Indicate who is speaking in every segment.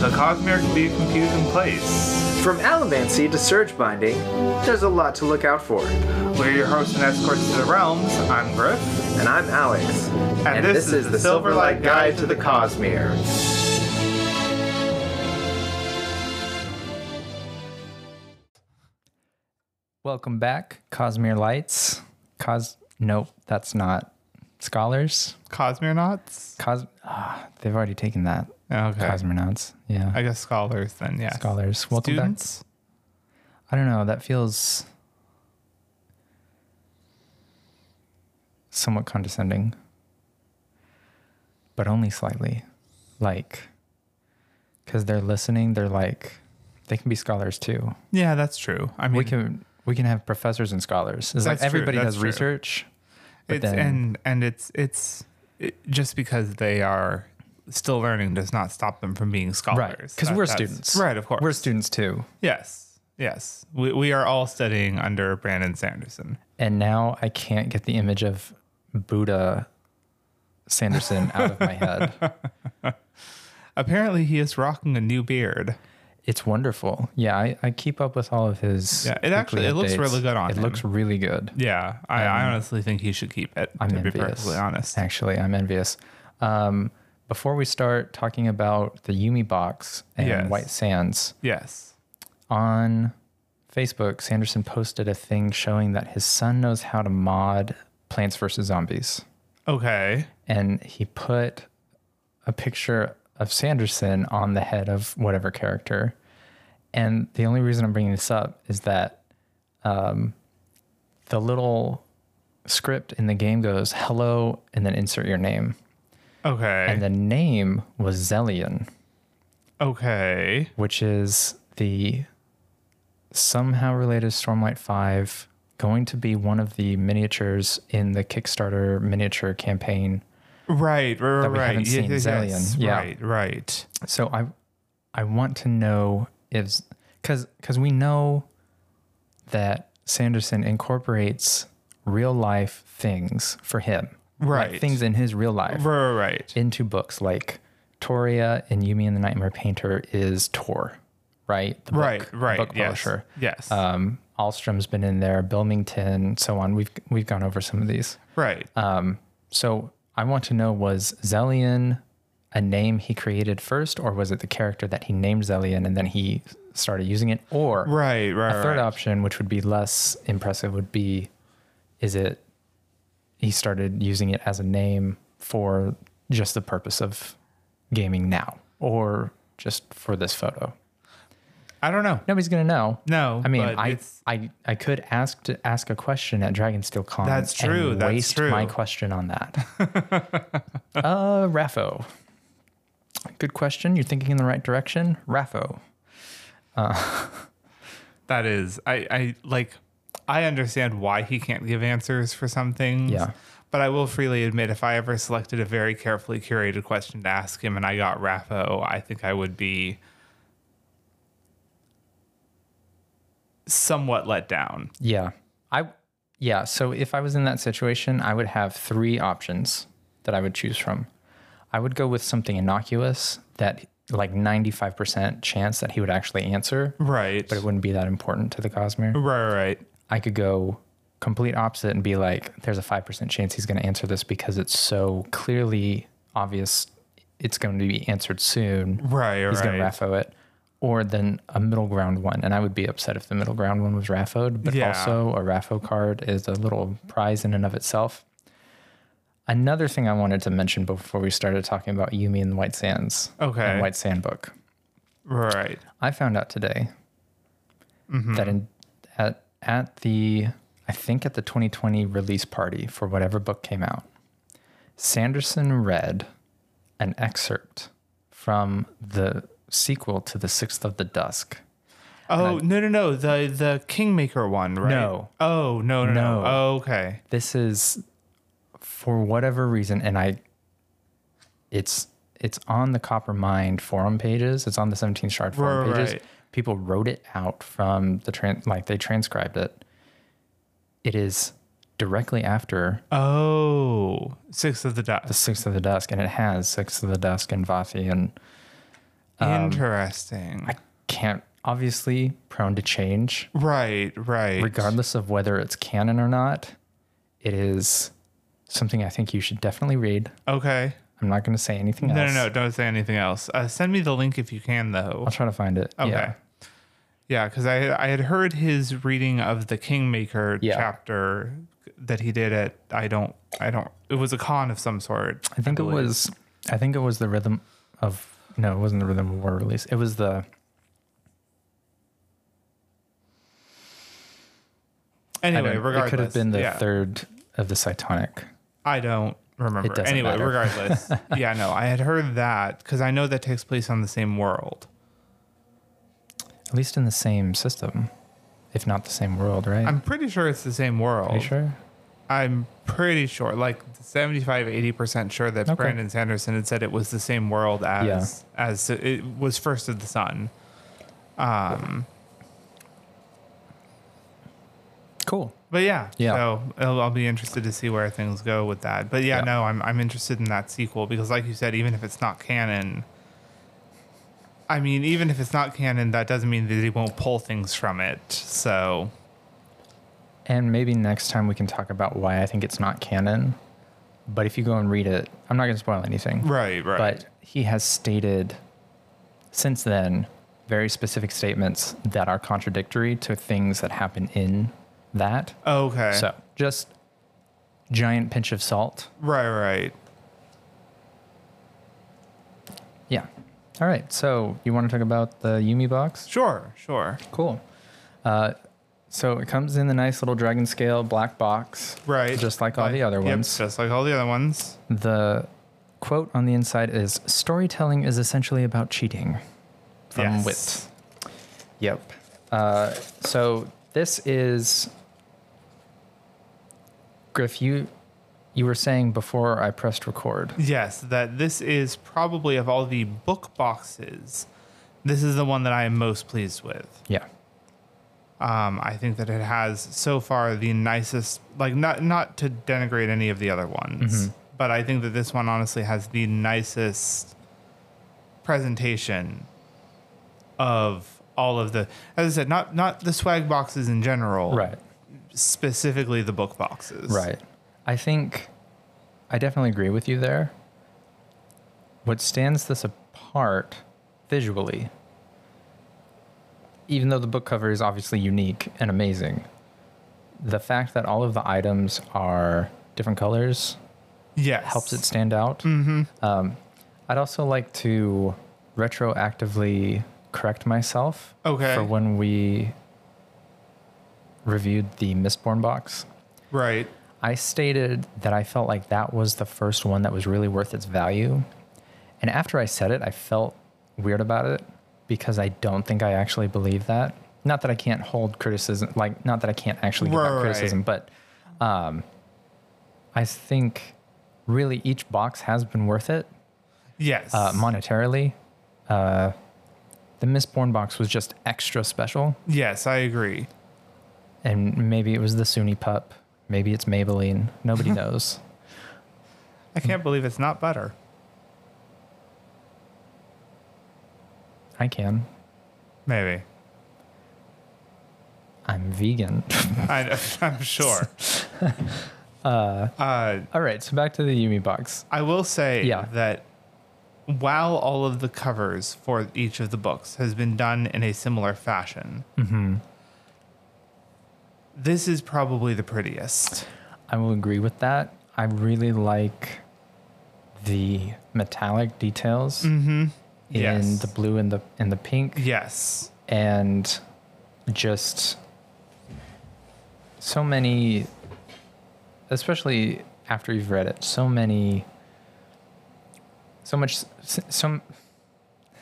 Speaker 1: a Cosmere can be a confusing place.
Speaker 2: From Alamancy to Surge Binding, there's a lot to look out for.
Speaker 1: We're your hosts and escorts to the realms. I'm Griff.
Speaker 2: And I'm Alex. And,
Speaker 1: this is the Silverlight Guide to the
Speaker 2: Cosmere.
Speaker 3: Welcome back, Cosmere Lights. Cos, nope, that's not scholars.
Speaker 1: Cosmonauts?
Speaker 3: Cos, ah, they've already taken that.
Speaker 1: Okay.
Speaker 3: Cosmonauts, yeah,
Speaker 1: I guess scholars then, yes.
Speaker 3: scholars. Welcome back.
Speaker 1: Students?
Speaker 3: I don't know. That feels somewhat condescending, but only slightly. Like, because they're listening, they're like, they can be scholars too.
Speaker 1: Yeah, that's true. I mean,
Speaker 3: we can we can have professors and scholars. It's
Speaker 1: That's
Speaker 3: like
Speaker 1: true,
Speaker 3: everybody
Speaker 1: that's
Speaker 3: does
Speaker 1: true.
Speaker 3: research. but
Speaker 1: it's,
Speaker 3: then-
Speaker 1: and, and it's, it's it, just because they are still learning does not stop them from being scholars.
Speaker 3: Right, because
Speaker 1: That-
Speaker 3: we're
Speaker 1: that's-
Speaker 3: students.
Speaker 1: Right, of course.
Speaker 3: We're students too.
Speaker 1: Yes, yes. We, we are all studying under Brandon Sanderson.
Speaker 3: And now I can't get the image of Buddha Sanderson out of my head.
Speaker 1: Apparently, he is rocking a new beard.
Speaker 3: It's wonderful. Yeah, I, I keep up with all of his.
Speaker 1: Yeah, it
Speaker 3: weekly
Speaker 1: actually- it looks
Speaker 3: updates.
Speaker 1: really good on
Speaker 3: It
Speaker 1: him.
Speaker 3: looks really good.
Speaker 1: Yeah, I, I honestly think he should keep it.
Speaker 3: I'm
Speaker 1: to
Speaker 3: envious.
Speaker 1: be perfectly honest.
Speaker 3: Actually, I'm envious. Um, before we start talking about the Yumi box and
Speaker 1: Yes.
Speaker 3: White Sands,
Speaker 1: Yes.
Speaker 3: on Facebook, Sanderson posted a thing showing that his son knows how to mod Plants vs. Zombies.
Speaker 1: Okay.
Speaker 3: And he put a picture of Sanderson on the head of whatever character. And the only reason I'm bringing this up is that um, the little script in the game goes, hello, and then insert your name.
Speaker 1: Okay.
Speaker 3: And the name was Zelian
Speaker 1: okay.
Speaker 3: which is the somehow related Stormlight 5, going to be one of the miniatures in the Kickstarter miniature campaign.
Speaker 1: Right. Right. Right.
Speaker 3: we
Speaker 1: right.
Speaker 3: haven't
Speaker 1: Ye-
Speaker 3: seen
Speaker 1: yes,
Speaker 3: Zellion,
Speaker 1: yes.
Speaker 3: yeah.
Speaker 1: Right. Right.
Speaker 3: So I I want to know if cuz cuz we know that Sanderson incorporates real life things for him. like
Speaker 1: Right.
Speaker 3: things in his real life
Speaker 1: Right. Right.
Speaker 3: into books like Toria and Yumi and the Nightmare Painter is Tor, right? The
Speaker 1: Right.
Speaker 3: book,
Speaker 1: right.
Speaker 3: Book
Speaker 1: yes.
Speaker 3: publisher.
Speaker 1: Yes.
Speaker 3: um, Alstrom's been in there, Bilmington, so on. We've we've gone over some of these.
Speaker 1: right.
Speaker 3: Um, so I want to know: was Zelian a name he created first, or was it the character that he named Zelian and then he started using it? Or
Speaker 1: right. Right.
Speaker 3: a third
Speaker 1: right.
Speaker 3: option, which would be less impressive, would be: is it he started using it as a name for just the purpose of gaming now, or just for this photo?
Speaker 1: I don't know.
Speaker 3: Nobody's gonna know.
Speaker 1: No.
Speaker 3: I mean,
Speaker 1: but
Speaker 3: I,
Speaker 1: it's-
Speaker 3: I I could ask to ask a question at Dragonsteel Con.
Speaker 1: That's true,
Speaker 3: And
Speaker 1: that's
Speaker 3: waste
Speaker 1: true.
Speaker 3: my question on that. uh, Raffo. Good question. You're thinking in the right direction, Raffo.
Speaker 1: that is. I. I like. I understand why he can't give answers for some things.
Speaker 3: Yeah.
Speaker 1: But I will freely admit, if I ever selected a very carefully curated question to ask him, and I got Raffo, I think I would be somewhat let down.
Speaker 3: Yeah, I yeah. So if I was in that situation, I would have three options that I would choose from. I would go with something innocuous that like 95% chance that he would actually answer,
Speaker 1: Right.
Speaker 3: but it wouldn't be that important to the Cosmere.
Speaker 1: Right, right.
Speaker 3: I could go complete opposite and be like, there's a 5% chance he's going to answer this because it's so clearly obvious it's going to be answered soon.
Speaker 1: Right, right.
Speaker 3: He's going to raffo it. Or then a middle ground one. And I would be upset if the middle ground one was raffoed, but
Speaker 1: Yeah.
Speaker 3: also a raffo card is a little prize in and of itself. Another thing I wanted to mention before we started talking about Yumi and the White Sands
Speaker 1: Okay.
Speaker 3: and White Sand book.
Speaker 1: Right.
Speaker 3: I found out today that in at at the I think at the 2020 release party for whatever book came out, Sanderson read an excerpt from the sequel to The Sixth of the Dusk.
Speaker 1: Oh, no, no, no. The the Kingmaker one, right?
Speaker 3: No.
Speaker 1: Oh, no, no, no.
Speaker 3: No.
Speaker 1: Oh, okay.
Speaker 3: This is for whatever reason, and I it's it's on the Copper Mind forum pages. It's on the 17th Shard forum pages.
Speaker 1: Right.
Speaker 3: People wrote it out from the trans like they transcribed it. It is directly after
Speaker 1: Oh, Six of the
Speaker 3: the
Speaker 1: Dust.
Speaker 3: Sixth of the Dusk, and it has Sixth of the Dusk and Vathi and
Speaker 1: Interesting.
Speaker 3: I can't obviously prone to change,
Speaker 1: right, right.
Speaker 3: regardless of whether it's canon or not. It is something I think you should definitely read.
Speaker 1: okay.
Speaker 3: I'm not going to say anything
Speaker 1: No,
Speaker 3: else.
Speaker 1: no, no. Don't say anything else. Uh, send me the link if you can, though.
Speaker 3: I'll try to find it.
Speaker 1: Okay.
Speaker 3: Yeah.
Speaker 1: Yeah, because I I had heard his reading of the Kingmaker
Speaker 3: Yeah.
Speaker 1: chapter that he did at I don't I don't it was a con of some sort.
Speaker 3: I think it was. I think it was the rhythm of. No, it wasn't the rhythm of war release. It was the. I
Speaker 1: Anyway,
Speaker 3: don't-
Speaker 1: regardless,
Speaker 3: it could have been the
Speaker 1: yeah,
Speaker 3: third of the Cytonic.
Speaker 1: I don't remember.
Speaker 3: It doesn't
Speaker 1: anyway,
Speaker 3: matter.
Speaker 1: regardless, yeah, no, I had heard that because I know that takes place on the same world.
Speaker 3: At least in the same system, if not the same world, right?
Speaker 1: I'm pretty sure it's the same world.
Speaker 3: Are you sure?
Speaker 1: I'm pretty sure, like 75, 80% sure that
Speaker 3: Okay.
Speaker 1: Brandon Sanderson had said it was the same world as, as it was First of the Sun.
Speaker 3: Cool.
Speaker 1: But yeah,
Speaker 3: Yeah.
Speaker 1: so I'll, I'll be interested to see where things go with that. But yeah,
Speaker 3: Yeah.
Speaker 1: no, I'm, I'm interested in that sequel because, like you said, even if it's not canon, I mean, even if it's not canon, that doesn't mean that he won't pull things from it. So,
Speaker 3: And maybe next time we can talk about why I think it's not canon. But if you go and read it, I'm not going to spoil anything.
Speaker 1: right, right.
Speaker 3: But he has stated since then very specific statements that are contradictory to things that happen in that.
Speaker 1: okay.
Speaker 3: So just giant pinch of salt.
Speaker 1: Right, right.
Speaker 3: Yeah. All right. So you want to talk about the Yumi box?
Speaker 1: Sure, sure.
Speaker 3: Cool. Uh, so it comes in the nice little dragon scale black box.
Speaker 1: Right.
Speaker 3: Just like all the other
Speaker 1: yep,
Speaker 3: ones.
Speaker 1: just like all the other ones.
Speaker 3: The quote on the inside is storytelling is essentially about cheating from
Speaker 1: Yes.
Speaker 3: wit. Yep. Uh, so this is Griff. You you were saying before I pressed record.
Speaker 1: Yes, that this is probably of all the book boxes, this is the one that I am most pleased with.
Speaker 3: Yeah.
Speaker 1: Um, I think that it has so far the nicest, like not not to denigrate any of the other ones,
Speaker 3: Mm-hmm.
Speaker 1: but I think that this one honestly has the nicest presentation of all of the. As I said, not not the swag boxes in general,
Speaker 3: Right.
Speaker 1: Specifically, the book boxes,
Speaker 3: Right. I think I definitely agree with you there. What stands this apart visually, even though the book cover is obviously unique and amazing, the fact that all of the items are different colors
Speaker 1: Yes,
Speaker 3: helps it stand out. Mm-hmm. Um, I'd also like to retroactively correct myself
Speaker 1: Okay.
Speaker 3: for when we reviewed the Mistborn box.
Speaker 1: right.
Speaker 3: I stated that I felt like that was the first one that was really worth its value. And after I said it, I felt weird about it because I don't think I actually believe that. Not that I can't hold criticism, like, not that I can't actually give out
Speaker 1: Right.
Speaker 3: criticism, but um, I think really each box has been worth it
Speaker 1: Yes,
Speaker 3: uh, monetarily. Uh, the Mistborn box was just extra special.
Speaker 1: yes, I agree.
Speaker 3: And maybe it was the SUNY pup. Maybe it's Maybelline. Nobody knows.
Speaker 1: I can't believe it's not butter.
Speaker 3: I can.
Speaker 1: Maybe.
Speaker 3: I'm vegan.
Speaker 1: I, I'm sure. uh,
Speaker 3: All right, so back to the Yumi box.
Speaker 1: I will say
Speaker 3: Yeah.
Speaker 1: that while all of the covers for each of the books has been done in a similar fashion,
Speaker 3: Mm-hmm.
Speaker 1: this is probably the prettiest.
Speaker 3: I will agree with that. I really like the metallic details in
Speaker 1: Yes.
Speaker 3: the blue and the and the pink
Speaker 1: Yes.
Speaker 3: and just so many especially after you've read it, so many so much s- some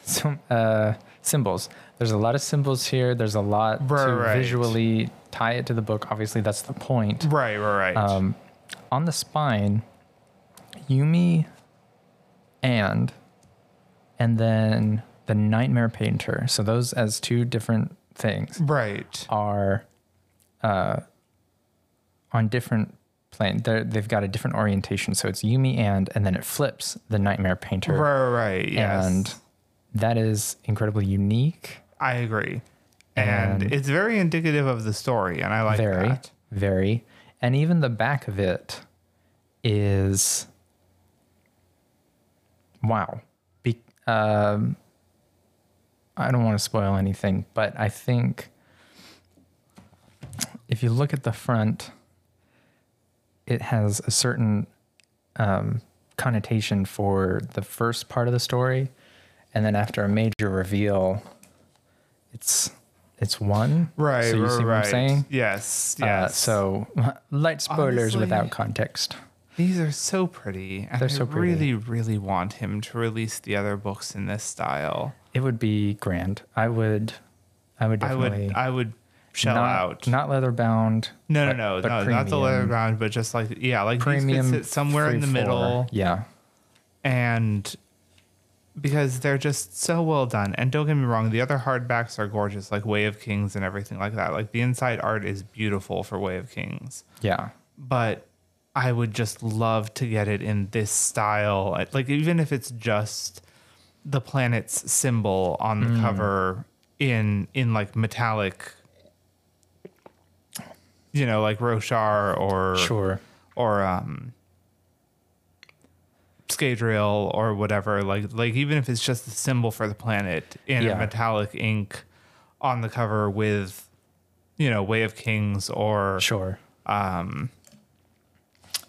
Speaker 3: some uh symbols there's a lot of symbols here there's a lot to
Speaker 1: Right.
Speaker 3: visually tie it to the book obviously that's the point
Speaker 1: Right, right, right.
Speaker 3: um on the spine yumi and and then the nightmare painter so those as two different things
Speaker 1: right.
Speaker 3: are uh, on different plane. They're, they've got a different orientation. So it's Yumi and, and then it flips the Nightmare Painter.
Speaker 1: Right, right, right. Yes.
Speaker 3: And that is incredibly unique.
Speaker 1: I agree. And,
Speaker 3: And-
Speaker 1: it's very indicative of the story, and I like
Speaker 3: very,
Speaker 1: that.
Speaker 3: very, and even the back of it is wow. Be, um, I don't want to spoil anything, but I think if you look at the front, it has a certain um, connotation for the first part of the story, and then after a major reveal, it's it's one.
Speaker 1: Right.
Speaker 3: So you
Speaker 1: right,
Speaker 3: see what I'm
Speaker 1: right.
Speaker 3: saying?
Speaker 1: Yes.
Speaker 3: Yeah.
Speaker 1: Yes.
Speaker 3: Uh, so light spoilers
Speaker 1: Honestly-
Speaker 3: without context.
Speaker 1: These are so pretty, and
Speaker 3: They're
Speaker 1: I
Speaker 3: so pretty.
Speaker 1: really, really want him to release the other books in this style.
Speaker 3: It would be grand. I would, I would
Speaker 1: I
Speaker 3: definitely
Speaker 1: would, I would shell
Speaker 3: not,
Speaker 1: out.
Speaker 3: Not leather bound.
Speaker 1: no, no, no, no, not the leather bound, but just like yeah, like premium
Speaker 3: Premium
Speaker 1: these could sit somewhere in the
Speaker 3: free for-
Speaker 1: middle,
Speaker 3: Yeah,
Speaker 1: and because they're just so well done. And don't get me wrong, the other hardbacks are gorgeous, like Way of Kings and everything like that. Like the inside art is beautiful for Way of Kings.
Speaker 3: yeah.
Speaker 1: but I would just love to get it in this style. I- Like even if it's just the planet's symbol on
Speaker 3: Mm.
Speaker 1: the cover in in like metallic you know like Roshar or
Speaker 3: Sure.
Speaker 1: or um Skadriel or whatever like like even if it's just the symbol for the planet in
Speaker 3: Yeah.
Speaker 1: a metallic ink on the cover with you know Way of Kings or
Speaker 3: Sure. Um,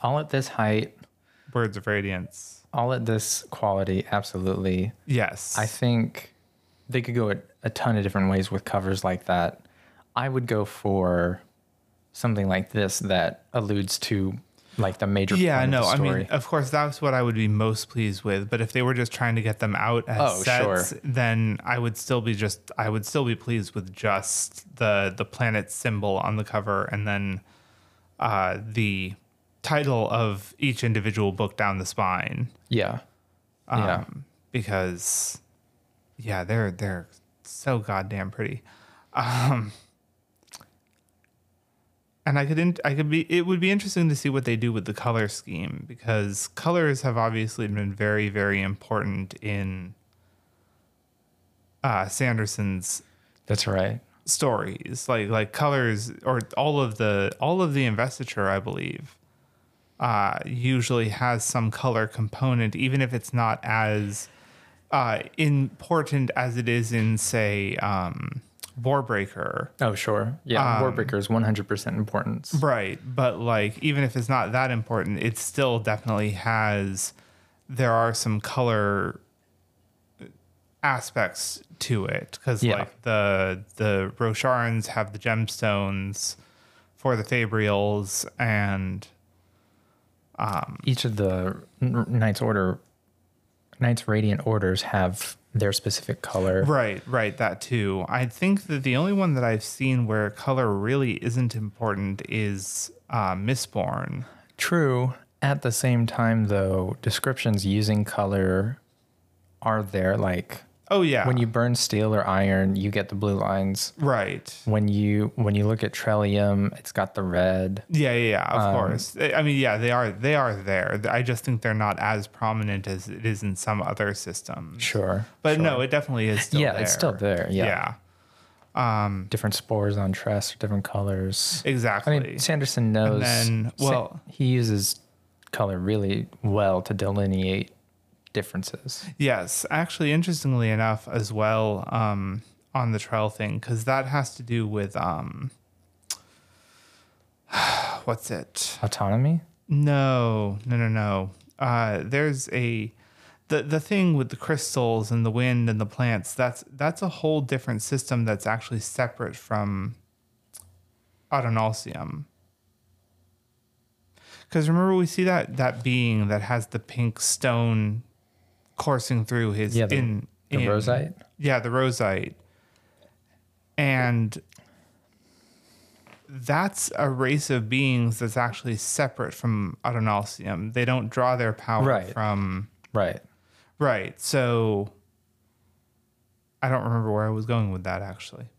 Speaker 3: all at this height,
Speaker 1: Words of Radiance.
Speaker 3: all at this quality, absolutely.
Speaker 1: Yes.
Speaker 3: I think they could go a, a ton of different ways with covers like that. I would go for something like this that alludes to like the major
Speaker 1: yeah,
Speaker 3: point
Speaker 1: no,
Speaker 3: of the
Speaker 1: I
Speaker 3: story.
Speaker 1: mean, uh, of course, that's what I would be most pleased with. But if they were just trying to get them out as
Speaker 3: Oh,
Speaker 1: sets,
Speaker 3: sure.
Speaker 1: then I would still be just, I would still be pleased with just the the planet symbol on the cover, and then uh, the title of each individual book down the spine.
Speaker 3: yeah. yeah.
Speaker 1: um, because yeah, they're they're so goddamn pretty. Um and I could in, I could be it would be interesting to see what they do with the color scheme because colors have obviously been very very important in uh Sanderson's
Speaker 3: That's right.
Speaker 1: stories like like colors or all of the all of the investiture i believe uh usually has some color component even if it's not as uh important as it is in say um Warbreaker.
Speaker 3: Oh, sure.
Speaker 1: um,
Speaker 3: Yeah. Warbreaker is 100% importance.
Speaker 1: Right. But like even if it's not that important, it still definitely has there are some color aspects to it cuz
Speaker 3: Yeah.
Speaker 1: like the the Rosharans have the gemstones for the Fabrials and
Speaker 3: Each of the N- Knights Order, Knights Radiant orders have their specific color.
Speaker 1: Right, right, that too. I think that the only one that I've seen where color really isn't important is uh Mistborn.
Speaker 3: True. At the same time, though, descriptions using color are there. Like
Speaker 1: Oh yeah.
Speaker 3: when you burn steel or iron, you get the blue lines.
Speaker 1: right.
Speaker 3: When you when you look at Trellium, it's got the red.
Speaker 1: Yeah, yeah, yeah,
Speaker 3: Um,
Speaker 1: of course. Eh, I I mean, yeah, they are they are there. I just think they're not as prominent as it is in some other systems.
Speaker 3: Sure.
Speaker 1: But no, it definitely is still
Speaker 3: yeah,
Speaker 1: there.
Speaker 3: it's still there. Yeah.
Speaker 1: Yeah,
Speaker 3: Different spores on tress are different colors.
Speaker 1: exactly.
Speaker 3: I mean, Sanderson knows.
Speaker 1: then,
Speaker 3: Sa-
Speaker 1: well- he
Speaker 3: he uses color really well to delineate differences.
Speaker 1: Yes, actually, interestingly enough, as well um, on the trail thing, because that has to do with um, what's it?
Speaker 3: Autonomy.
Speaker 1: No, no, no, no. Uh, there's a the the thing with the crystals and the wind and the plants. That's that's a whole different system that's actually separate from Adonalsium. Because remember, we see that that being that has the pink stone coursing through his
Speaker 3: Yeah, the-
Speaker 1: in
Speaker 3: the
Speaker 1: in-
Speaker 3: rosite?
Speaker 1: Yeah, the rosite, and that's a race of beings that's actually separate from Adonalsium. They don't draw their power
Speaker 3: Right.
Speaker 1: from
Speaker 3: Right.
Speaker 1: right. So I don't remember where I was going with that actually.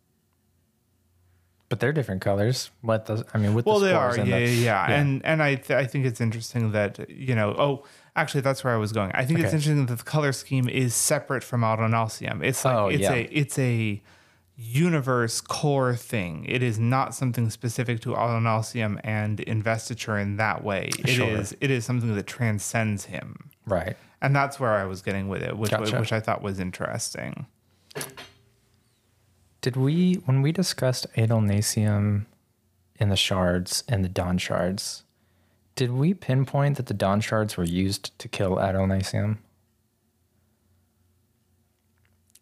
Speaker 3: but they're different colors. What those? I mean, with
Speaker 1: Well,
Speaker 3: the
Speaker 1: they are,
Speaker 3: scores
Speaker 1: yeah,
Speaker 3: and
Speaker 1: yeah,
Speaker 3: the,
Speaker 1: yeah. And and I th- I think it's interesting that you know. Oh, actually, that's where I was going. I think it's
Speaker 3: Okay.
Speaker 1: interesting that the color scheme is separate from Aldonalcium. It's like
Speaker 3: Oh,
Speaker 1: it's
Speaker 3: yeah.
Speaker 1: a it's a universe core thing. It is not something specific to Aldonalcium and investiture in that way. It is
Speaker 3: Sure.
Speaker 1: it is something that transcends him,
Speaker 3: right.
Speaker 1: and that's where I was getting with it, which
Speaker 3: Gotcha.
Speaker 1: which I thought was interesting.
Speaker 3: Did we when we discussed Adelnasium in the shards and the Don shards? Did we pinpoint that the Don shards were used to kill Adelnasium?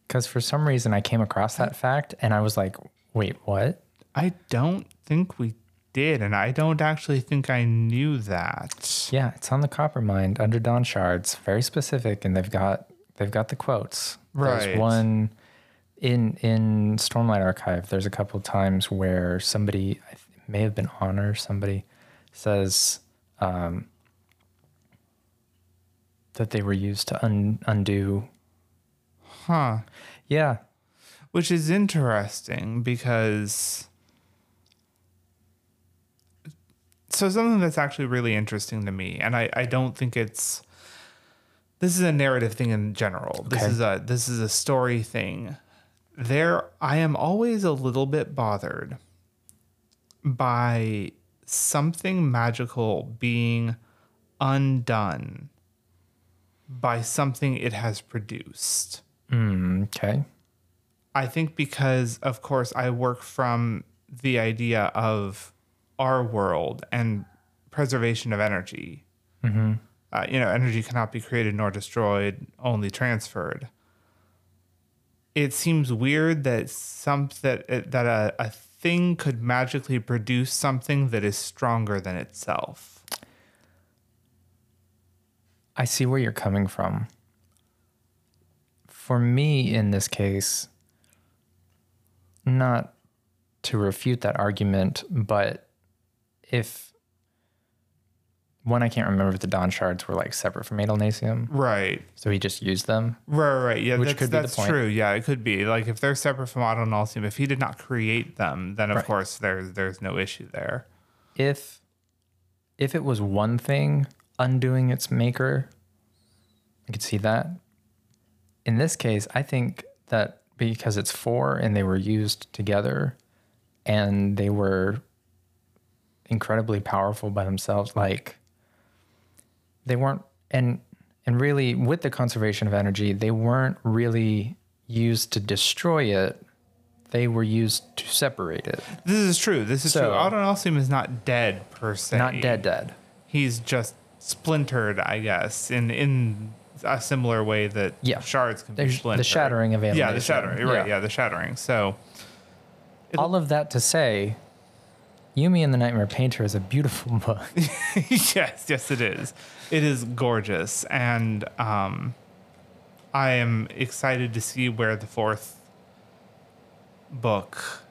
Speaker 3: Because for some reason I came across that fact and I was like, wait, what?
Speaker 1: I don't think we did, and I don't actually think I knew that.
Speaker 3: Yeah, it's on the copper mine under Don Shards. Very specific, and they've got they've got the quotes.
Speaker 1: Right.
Speaker 3: There's one in in Stormlight Archive. There's a couple times where somebody I th- it may have been Honor. Somebody says um, that they were used to un, undo.
Speaker 1: Huh.
Speaker 3: Yeah,
Speaker 1: which is interesting because so something that's actually really interesting to me and i, I don't think it's this is a narrative thing in general this
Speaker 3: Okay.
Speaker 1: is a this is a story thing there i am always a little bit bothered by something magical being undone by something it has produced
Speaker 3: Mm, okay,
Speaker 1: I think because, of course, I work from the idea of our world and preservation of energy. Uh, you know, energy cannot be created nor destroyed, only transferred. It seems weird that some that uh, that a, a thing could magically produce something that is stronger than itself.
Speaker 3: I see where you're coming from. For me, in this case, not to refute that argument, but if one, I can't remember if the Don shards were like separate from Adelnasium,
Speaker 1: Right.
Speaker 3: so he just used them.
Speaker 1: Right, right, right. Yeah,
Speaker 3: Which
Speaker 1: that's,
Speaker 3: could be the
Speaker 1: that's
Speaker 3: point.
Speaker 1: true. Yeah, it could be. Like if they're separate from Otto Nalsium, if he did not create them, then of
Speaker 3: Right.
Speaker 1: course there's there's no issue there.
Speaker 3: If if it was one thing undoing its maker, I could see that. In this case, I think that because it's four and they were used together and they were incredibly powerful by themselves, like they weren't and and really with the conservation of energy, they weren't really used to destroy it. They were used to separate it.
Speaker 1: This is true. This is true.
Speaker 3: So-
Speaker 1: Otto Nalsium is not dead per se.
Speaker 3: Not dead dead.
Speaker 1: He's just splintered, I guess, in in a similar way that
Speaker 3: Yeah.
Speaker 1: shards can be
Speaker 3: There's
Speaker 1: splintered.
Speaker 3: the shattering of
Speaker 1: Yeah, the
Speaker 3: animation.
Speaker 1: shattering. You're Right.
Speaker 3: Yeah.
Speaker 1: Yeah, the shattering. So
Speaker 3: all of that to say, Yumi and the Nightmare Painter is a beautiful book.
Speaker 1: yes, yes, it is. It is gorgeous, and um, I am excited to see where the fourth book.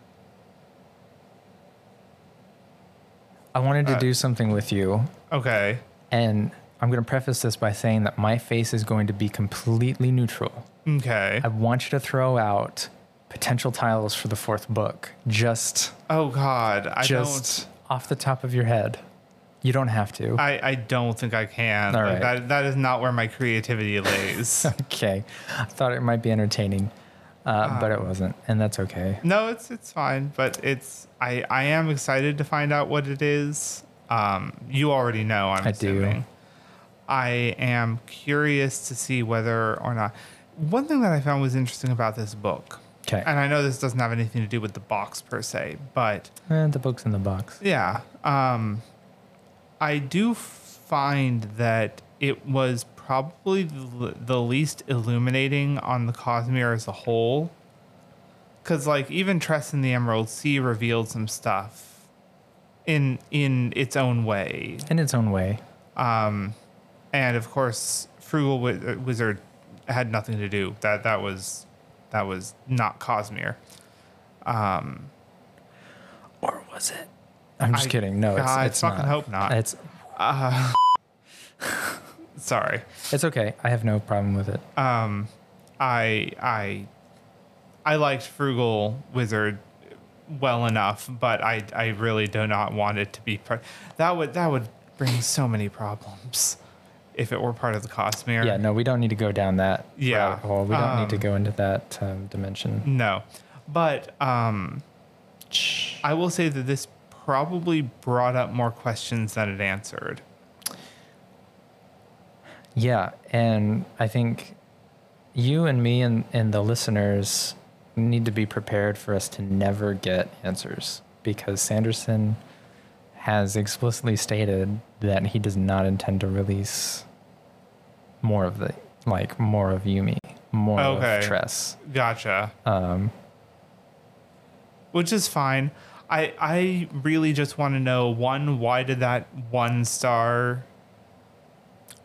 Speaker 3: I wanted to do something with you,
Speaker 1: Okay,
Speaker 3: and I'm going to preface this by saying that my face is going to be completely neutral.
Speaker 1: okay.
Speaker 3: I want you to throw out potential titles for the fourth book, just
Speaker 1: oh God, I
Speaker 3: just off the top of your head. You don't have to.
Speaker 1: don't. I, I don't think I can.
Speaker 3: All
Speaker 1: Like,
Speaker 3: right.
Speaker 1: That that is not where my creativity lays.
Speaker 3: okay, I thought it might be entertaining, uh, but it wasn't, and that's okay.
Speaker 1: no, it's it's fine, but it's I I am excited to find out what it is. Um, you already know. I'm
Speaker 3: I do.
Speaker 1: assuming. I am curious to see whether or not. One thing that I found was interesting about this book,
Speaker 3: Okay,
Speaker 1: and I know this doesn't have anything to do with the box per se, but
Speaker 3: Eh, the book's in the box.
Speaker 1: yeah, um, I do find that it was probably the the least illuminating on the Cosmere as a whole. Because like even Tress in the Emerald Sea revealed some stuff in in its own way,
Speaker 3: In its own way,
Speaker 1: and of course frugal Wi- uh, wizard had nothing to do that that was that was not cosmere
Speaker 3: Or was it? I'm just
Speaker 1: I-
Speaker 3: kidding. No, it's,
Speaker 1: God,
Speaker 3: it's
Speaker 1: fucking
Speaker 3: not.
Speaker 1: hope not.
Speaker 3: It's
Speaker 1: sorry
Speaker 3: it's okay. I have no problem with it.
Speaker 1: i i i liked frugal wizard well enough, but I, I really do not want it to be part. That would that would bring so many problems if it were part of the Cosmere.
Speaker 3: Yeah, no, we don't need to go down that
Speaker 1: Yeah,
Speaker 3: rabbit hole. We don't need to go into that um, dimension.
Speaker 1: No, but um, I will say that this probably brought up more questions than it answered.
Speaker 3: Yeah, and I think you and me and, and the listeners need to be prepared for us to never get answers because Sanderson has explicitly stated that he does not intend to release more of the like more of Yumi, more
Speaker 1: Okay.
Speaker 3: of Tress.
Speaker 1: Gotcha.
Speaker 3: Um,
Speaker 1: which is fine. I I really just want to know one why did that one star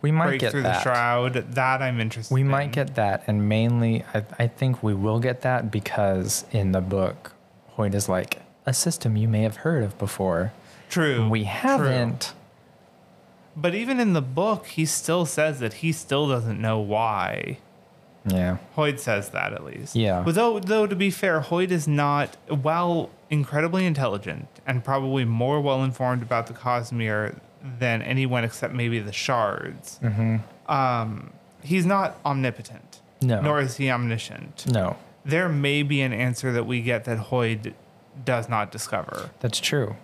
Speaker 3: we might
Speaker 1: break
Speaker 3: get
Speaker 1: through the
Speaker 3: that.
Speaker 1: shroud? That I'm interested.
Speaker 3: We
Speaker 1: in.
Speaker 3: might get that, and mainly, I, I think we will get that because in the book, Hoyt is like a system you may have heard of before.
Speaker 1: true.
Speaker 3: We
Speaker 1: true.
Speaker 3: haven't.
Speaker 1: But even in the book, he still says that he still doesn't know why.
Speaker 3: Yeah,
Speaker 1: Hoyt says that at least.
Speaker 3: Yeah.
Speaker 1: But though, though to be fair, Hoyt is not, while incredibly intelligent and probably more well informed about the Cosmere than anyone except maybe the Shards, um,
Speaker 3: Mm-hmm.
Speaker 1: he's not omnipotent.
Speaker 3: No.
Speaker 1: Nor is he omniscient.
Speaker 3: no,
Speaker 1: There may be an answer that we get that Hoyt does not discover
Speaker 3: that's true.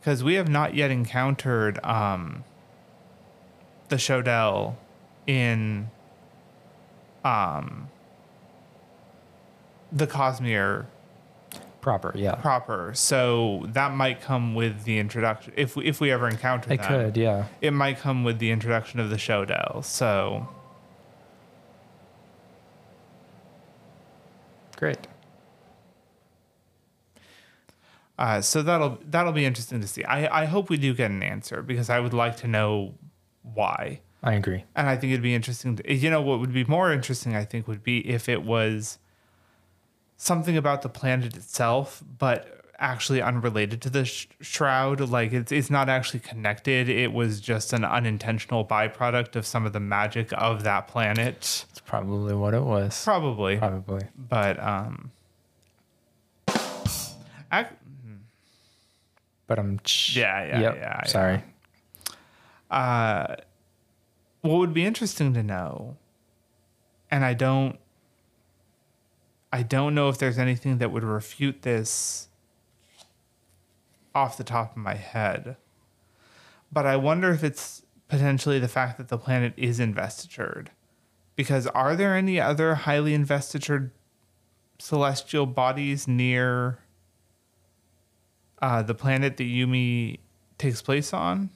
Speaker 1: because we have not yet encountered um, the Shodell in um, the Cosmere
Speaker 3: Proper, yeah.
Speaker 1: proper. So that might come with the introduction if we, if we ever encounter
Speaker 3: it
Speaker 1: them.
Speaker 3: could, yeah.
Speaker 1: It might come with the introduction of the Shodell. So
Speaker 3: Great.
Speaker 1: uh, so that'll that'll be interesting to see. I, I hope we do get an answer because I would like to know why.
Speaker 3: I agree.
Speaker 1: and I think it'd be interesting. To, you know, what would be more interesting, I think, would be if it was something about the planet itself, but actually unrelated to the sh- shroud. Like it's it's not actually connected. It was just an unintentional byproduct of some of the magic of that planet,
Speaker 3: It's probably what it was.
Speaker 1: probably.
Speaker 3: Probably.
Speaker 1: But um, ac-
Speaker 3: But I'm.
Speaker 1: Yeah, yeah,
Speaker 3: yep.
Speaker 1: yeah, yeah.
Speaker 3: Sorry.
Speaker 1: what would be interesting to know and i don't i don't know if there's anything that would refute this off the top of my head but i wonder if it's potentially the fact that the planet is investitured because are there any other highly investitured celestial bodies near uh, the planet that yumi takes place on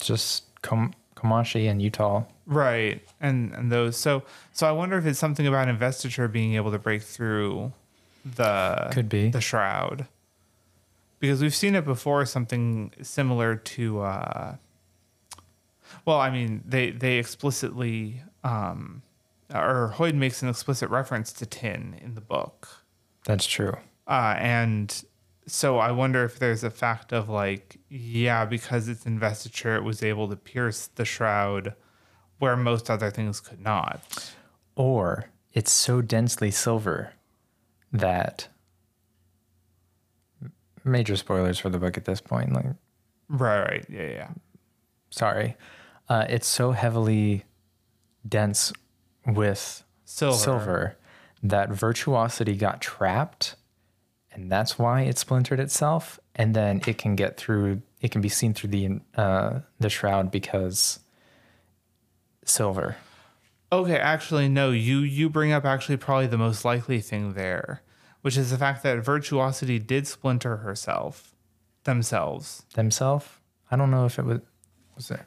Speaker 3: Just Kom- Komashi and Utah.
Speaker 1: Right. And and those so so I wonder if it's something about investiture being able to break through the
Speaker 3: Could be.
Speaker 1: the shroud. Because we've seen it before something similar to uh well, I mean, they they explicitly um or Hoyd makes an explicit reference to tin in the book.
Speaker 3: That's true.
Speaker 1: Uh, and so I wonder if there's a fact of like, yeah, because its investiture, it was able to pierce the shroud where most other things could not.
Speaker 3: Or it's so densely silver that. Major spoilers for the book at this point. Like,
Speaker 1: Right, right. Yeah, yeah, yeah.
Speaker 3: sorry. Uh, it's so heavily dense with
Speaker 1: Silver.
Speaker 3: silver that virtuosity got trapped and that's why it splintered itself and then it can get through it can be seen through the uh the shroud because silver
Speaker 1: Okay, actually, no, you you bring up actually probably the most likely thing there, which is the fact that Virtuosity did splinter herself themselves.
Speaker 3: themselves i don't know if it was was it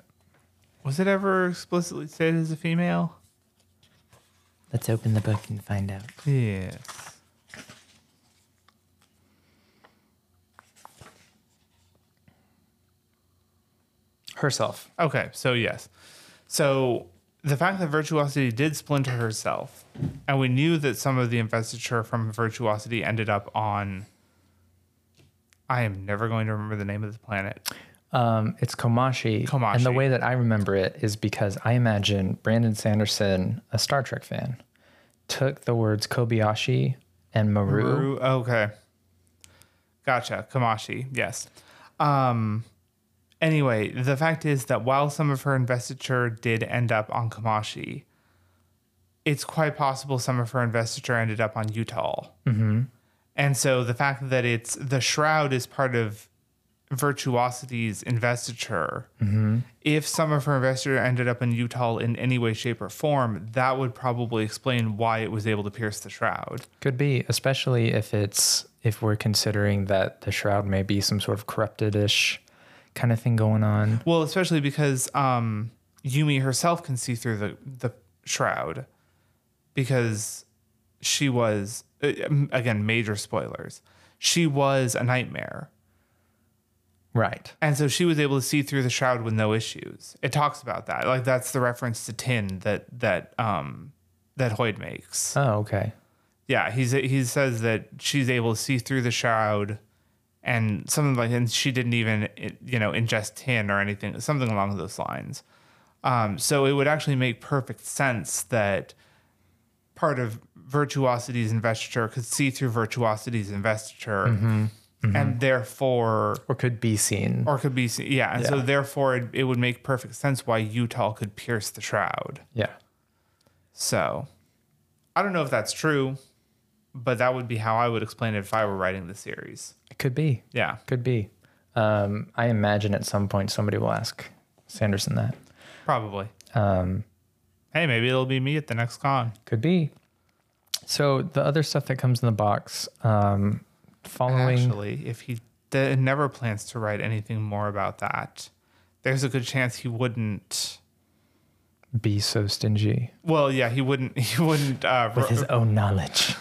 Speaker 1: Was it ever explicitly stated as a female?
Speaker 3: let's open the book and find out
Speaker 1: Yes.
Speaker 3: herself
Speaker 1: Okay, so yes. So the fact that Virtuosity did splinter herself, and we knew that some of the investiture from Virtuosity ended up on. I am never going to remember the name of the planet.
Speaker 3: um it's komashi and the
Speaker 1: Komashi.
Speaker 3: way that i remember it is because i imagine brandon sanderson a star trek fan took the words kobayashi and maru
Speaker 1: Ru- Okay. Gotcha. Kamashi. Yes. Um, anyway, the fact is that while some of her investiture did end up on Kamashi, it's quite possible some of her investiture ended up on Utah. And so the fact that it's the shroud is part of Virtuosity's investiture, if some of her investiture ended up in Utah in any way, shape, or form, that would probably explain why it was able to pierce the shroud.
Speaker 3: Could be, especially if it's if we're considering that the shroud may be some sort of corrupted-ish kind of thing going on.
Speaker 1: Well, especially because um, Yumi herself can see through the the shroud, because she was uh, m- again major spoilers. She was a nightmare,
Speaker 3: Right.
Speaker 1: and so she was able to see through the shroud with no issues. It talks about that, like that's the reference to Tin that that um that Hoyd makes.
Speaker 3: Oh, okay.
Speaker 1: Yeah, he's he says that she's able to see through the shroud. And something like, and she didn't even, you know, ingest tin or anything, something along those lines. Um, so it would actually make perfect sense that part of Virtuosity's investiture could see through Virtuosity's investiture, and therefore,
Speaker 3: Or could be seen.
Speaker 1: or could be, se- yeah, and so therefore, it, it would make perfect sense why Utah could pierce the shroud.
Speaker 3: yeah.
Speaker 1: So I don't know if that's true, but that would be how I would explain it if I were writing the series.
Speaker 3: It could be.
Speaker 1: Yeah.
Speaker 3: Could be. Um, I imagine at some point somebody will ask Sanderson that.
Speaker 1: Probably. Um, hey, maybe it'll be me at the next con.
Speaker 3: Could be. So the other stuff that comes in the box, um, following
Speaker 1: Actually, if he d- never plans to write anything more about that, there's a good chance he wouldn't.
Speaker 3: be so stingy
Speaker 1: Well, yeah, he wouldn't. He wouldn't. Uh,
Speaker 3: with his own knowledge.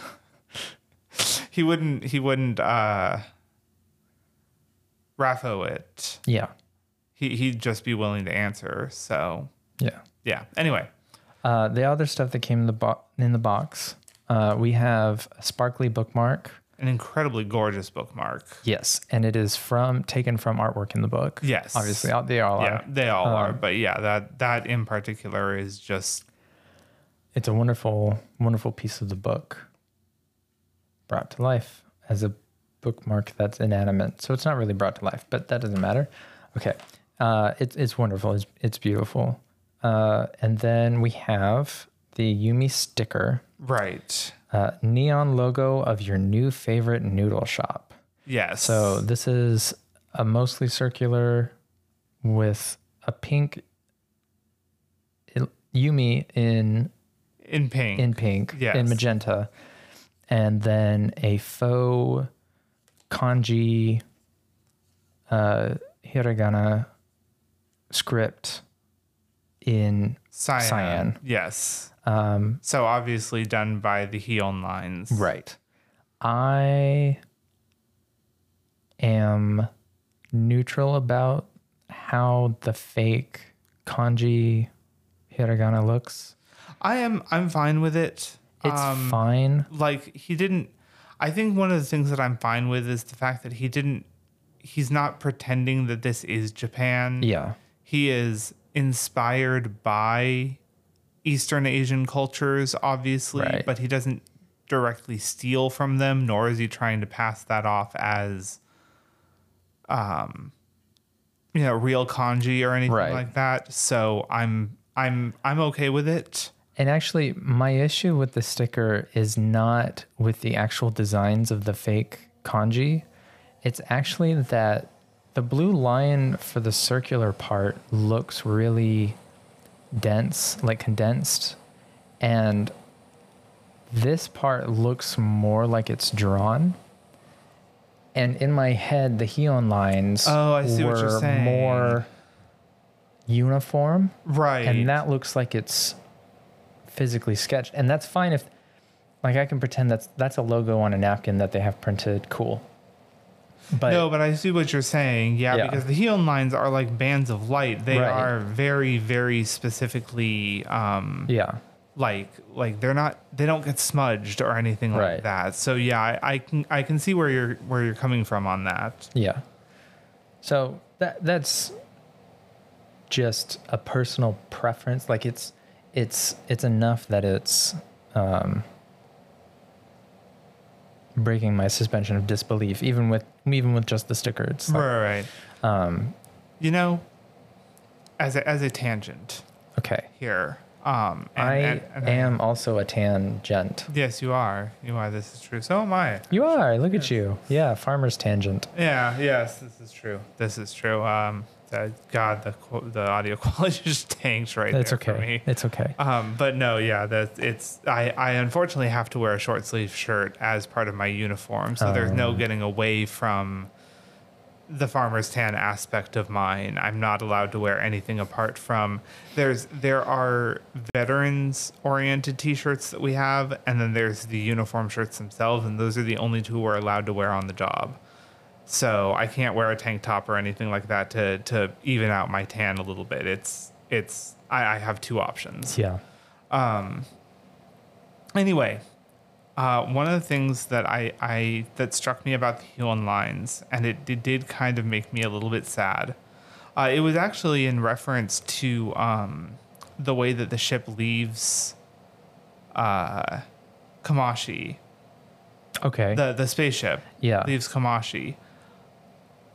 Speaker 1: he wouldn't. He wouldn't. Uh, Raffo it.
Speaker 3: yeah.
Speaker 1: He he'd just be willing to answer. So
Speaker 3: Yeah.
Speaker 1: yeah. Anyway,
Speaker 3: Uh, the other stuff that came in the, bo- in the box, uh, we have a sparkly bookmark.
Speaker 1: an incredibly gorgeous bookmark.
Speaker 3: Yes, and it is from taken from artwork in the book.
Speaker 1: Yes.
Speaker 3: obviously uh, they all
Speaker 1: Yeah,
Speaker 3: are.
Speaker 1: they all are.
Speaker 3: Um,
Speaker 1: But yeah, that that in particular is just
Speaker 3: It's a wonderful, wonderful piece of the book, brought to life as a bookmark that's inanimate. So it's not really brought to life, but that doesn't matter. Okay, uh, it's it's wonderful. It's it's beautiful. Uh, and then we have the Yumi sticker,
Speaker 1: right.
Speaker 3: uh, neon logo of your new favorite noodle shop.
Speaker 1: Yes.
Speaker 3: So this is a mostly circular with a pink il- Yumi in
Speaker 1: in pink.
Speaker 3: in pink
Speaker 1: Yes.
Speaker 3: in magenta and then a faux kanji uh hiragana script in
Speaker 1: cyan.
Speaker 3: cyan.
Speaker 1: Yes. Um so obviously done by the Heon lines.
Speaker 3: Right. I am neutral about how the fake kanji hiragana looks.
Speaker 1: I am I'm fine with it.
Speaker 3: It's fine.
Speaker 1: like he didn't I think one of the things that I'm fine with is the fact that he didn't he's not pretending that this is Japan.
Speaker 3: Yeah.
Speaker 1: he is inspired by Eastern Asian cultures, obviously,
Speaker 3: Right.
Speaker 1: but he doesn't directly steal from them, nor is he trying to pass that off as, um, you know, real kanji or anything
Speaker 3: Right.
Speaker 1: like that. So I'm I'm I'm okay with it.
Speaker 3: And actually, my issue with the sticker is not with the actual designs of the fake kanji. It's actually that the blue line for the circular part looks really dense, like condensed. And this part looks more like it's drawn. And in my head, the Heon lines
Speaker 1: Oh, I see
Speaker 3: were
Speaker 1: what you're saying.
Speaker 3: more uniform
Speaker 1: Right.
Speaker 3: and that looks like it's physically sketched and that's fine if like i can pretend that's that's a logo on a napkin that they have printed cool but
Speaker 1: no, but I see what you're saying. Yeah,
Speaker 3: Yeah.
Speaker 1: because the heel lines are like bands of light. They
Speaker 3: Right.
Speaker 1: are very, very specifically um,
Speaker 3: yeah
Speaker 1: like like they're not they don't get smudged or anything like
Speaker 3: Right.
Speaker 1: that. So yeah, I, I can I can see where you're where you're coming from on that.
Speaker 3: yeah so that that's just a personal preference like it's it's it's enough that it's um breaking my suspension of disbelief, even with even with just the sticker. It's like, um,
Speaker 1: right, right. you know, as a, as a tangent
Speaker 3: okay.
Speaker 1: here, um, and,
Speaker 3: I
Speaker 1: and- and-
Speaker 3: am also a tangent.
Speaker 1: yes, you are, you are. This is true. So am I.
Speaker 3: You are. Look at you. Yeah, farmer's tangent.
Speaker 1: Yeah. Yes, this is true. This is true. Um, that, God, the qu- the audio quality just tanks right
Speaker 3: It's
Speaker 1: there for
Speaker 3: okay.
Speaker 1: me.
Speaker 3: It's okay.
Speaker 1: Um, but no, yeah, that it's I, I unfortunately have to wear a short sleeve shirt as part of my uniform, so there's no getting away from the farmer's tan aspect of mine. I'm not allowed to wear anything apart from there's there are veterans oriented t-shirts that we have and then there's the uniform shirts themselves and those are the only two we're allowed to wear on the job. So I can't wear a tank top or anything like that to to even out my tan a little bit. It's it's I, I have two options
Speaker 3: Yeah.
Speaker 1: anyway uh, one of the things that I, I that struck me about the Huon lines, and it, it did kind of make me a little bit sad. Uh, it was actually in reference to um, the way that the ship leaves uh, Kamashi,
Speaker 3: Okay.
Speaker 1: the the spaceship
Speaker 3: Yeah.
Speaker 1: leaves Kamashi.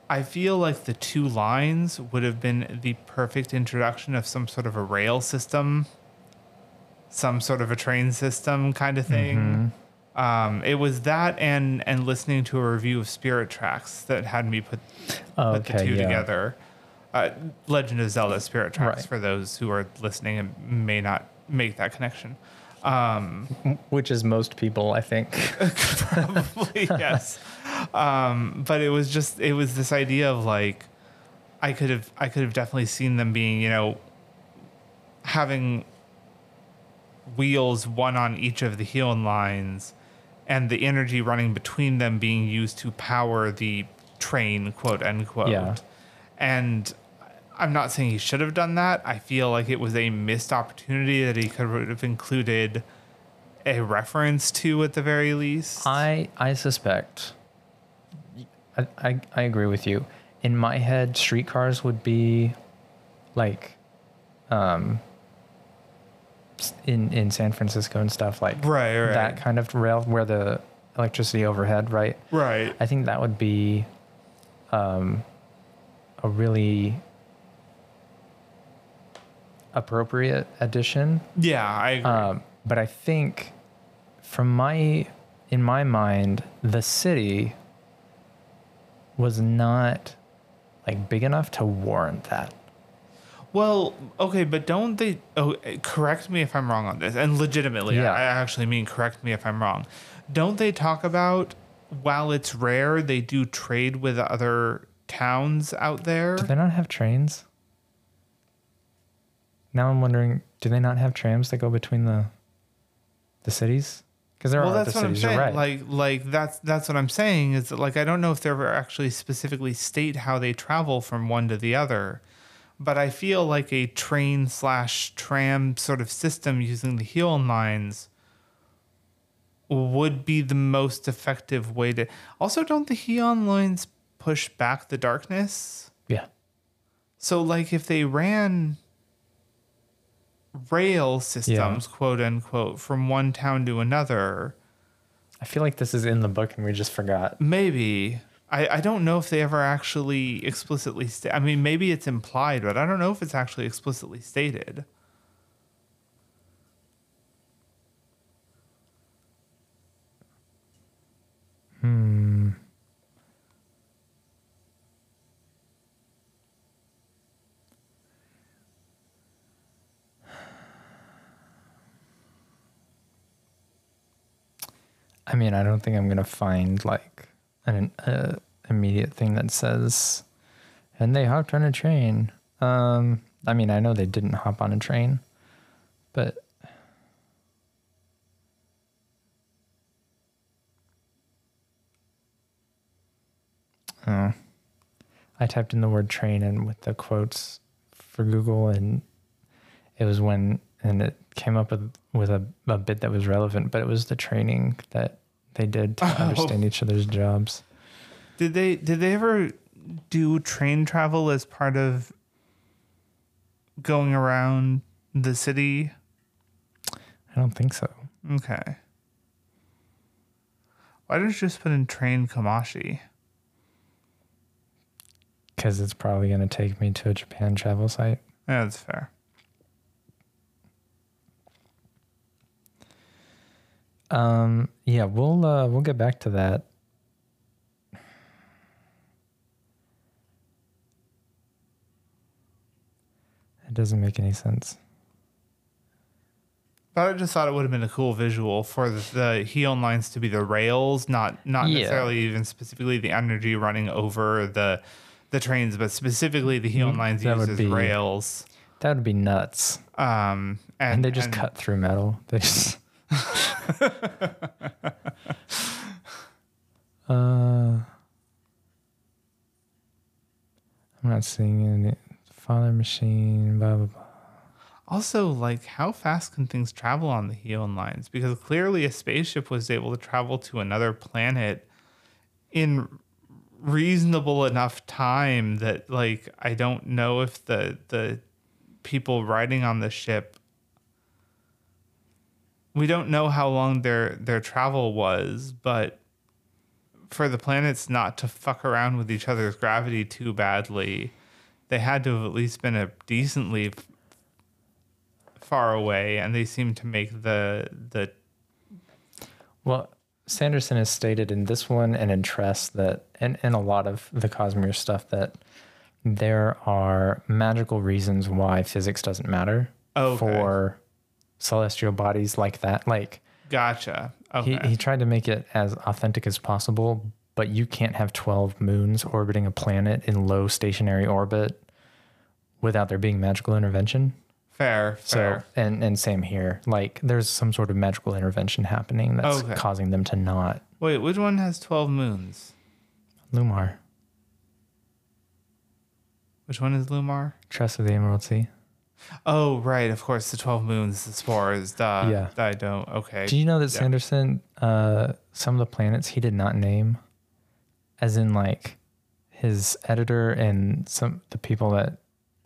Speaker 1: I feel like the two lines would have been the perfect introduction of some sort of a rail system, some sort of a train system kind of thing.
Speaker 3: Mm-hmm.
Speaker 1: Um, it was that and and listening to a review of Spirit Tracks that had me put put the
Speaker 3: Okay,
Speaker 1: two
Speaker 3: yeah.
Speaker 1: together. Uh, Legend of Zelda Spirit Tracks
Speaker 3: Right.
Speaker 1: for those who are listening and may not make that connection.
Speaker 3: Which is most people, I think.
Speaker 1: probably yes um, but it was just it was this idea of like i could have i could have definitely seen them being you know having wheels one on each of the heel lines and the energy running between them being used to power the train quote unquote
Speaker 3: Yeah.
Speaker 1: and i'm not saying he should have done that i feel like it was a missed opportunity that he could have included a reference to at the very least
Speaker 3: I I suspect. I, I I agree with you. In my head, streetcars would be, like, um. s- In in San Francisco and stuff like
Speaker 1: Right, right.
Speaker 3: that kind of rail where the electricity overhead, right?
Speaker 1: right
Speaker 3: I think that would be, um, a really appropriate addition
Speaker 1: Yeah, I agree.
Speaker 3: Um, but I think, from my in my mind, the city was not like big enough to warrant that.
Speaker 1: well, okay, but don't they? Oh, correct me if I'm wrong on this, and legitimately,
Speaker 3: Yeah.
Speaker 1: I actually mean correct me if I'm wrong. Don't they talk about while it's rare they do trade with other towns out there?
Speaker 3: Do they not have trains? Now I'm wondering, do they not have trams that go between the the cities? Because there
Speaker 1: Well,
Speaker 3: are other
Speaker 1: that's what I'm
Speaker 3: cities. You're
Speaker 1: saying.
Speaker 3: right.
Speaker 1: Like, like that's that's what I'm saying is that like I don't know if they ever actually specifically state how they travel from one to the other, but I feel like a train slash tram sort of system using the heel lines would be the most effective way to. Also, don't the Heon lines push back the darkness?
Speaker 3: yeah.
Speaker 1: So, like, if they ran rail systems, quote unquote, from one town to another,
Speaker 3: I feel like this is in the book and we just forgot.
Speaker 1: Maybe. I, I don't know if they ever actually explicitly sta- I mean, maybe it's implied, but I don't know if it's actually explicitly stated.
Speaker 3: I mean, I don't think I'm gonna find like an uh, immediate thing that says, "And they hopped on a train." Um, I mean, I know they didn't hop on a train, but oh, I typed in the word "train" and with the quotes for Google, and it was when and it came up with with a, a bit that was relevant, but it was the training that they did to understand each other's jobs.
Speaker 1: Did they did they ever do train travel as part of going around the city?
Speaker 3: I don't think so.
Speaker 1: Okay. Why don't you just put in train Kamashi?
Speaker 3: because it's probably going to take me to a Japan travel site.
Speaker 1: Yeah, that's fair.
Speaker 3: Um, yeah, we'll uh, we'll get back to that. It doesn't make any sense.
Speaker 1: But I just thought it would have been a cool visual for the, the heel lines to be the rails, not not
Speaker 3: Yeah.
Speaker 1: necessarily even specifically the energy running over the the trains, but specifically the heel lines
Speaker 3: Mm-hmm. that
Speaker 1: used
Speaker 3: would
Speaker 1: as
Speaker 3: be-
Speaker 1: rails.
Speaker 3: That would be nuts.
Speaker 1: Um, and,
Speaker 3: And they just
Speaker 1: and-
Speaker 3: cut through metal. They just. uh, I'm not seeing any. Father machine, blah, blah, blah.
Speaker 1: Also, like, how fast can things travel on the Heon lines? Because clearly, a spaceship was able to travel to another planet in reasonable enough time that, like, I don't know if the the people riding on the ship. We don't know how long their their travel was, but for the planets not to fuck around with each other's gravity too badly, they had to have at least been a decently far away and they seem to make the the
Speaker 3: Well, Sanderson has stated in this one and in Tress that, and in a lot of the Cosmere stuff, that there are magical reasons why physics doesn't matter
Speaker 1: Oh, Okay.
Speaker 3: for celestial bodies like that. Like,
Speaker 1: gotcha okay
Speaker 3: he, he tried to make it as authentic as possible, but you can't have 12 moons orbiting a planet in low stationary orbit without there being magical intervention.
Speaker 1: fair
Speaker 3: So,
Speaker 1: fair
Speaker 3: and, and same here. Like, there's some sort of magical intervention happening that's
Speaker 1: Okay.
Speaker 3: causing them to not.
Speaker 1: wait which one has 12 moons
Speaker 3: Lumar.
Speaker 1: which one is lumar
Speaker 3: Trust of the Emerald Sea.
Speaker 1: oh right of course the 12 moons the spores duh
Speaker 3: Yeah.
Speaker 1: i don't okay
Speaker 3: Do you know that
Speaker 1: yeah.
Speaker 3: Sanderson, uh, some of the planets he did not name, as in like his editor and some the people that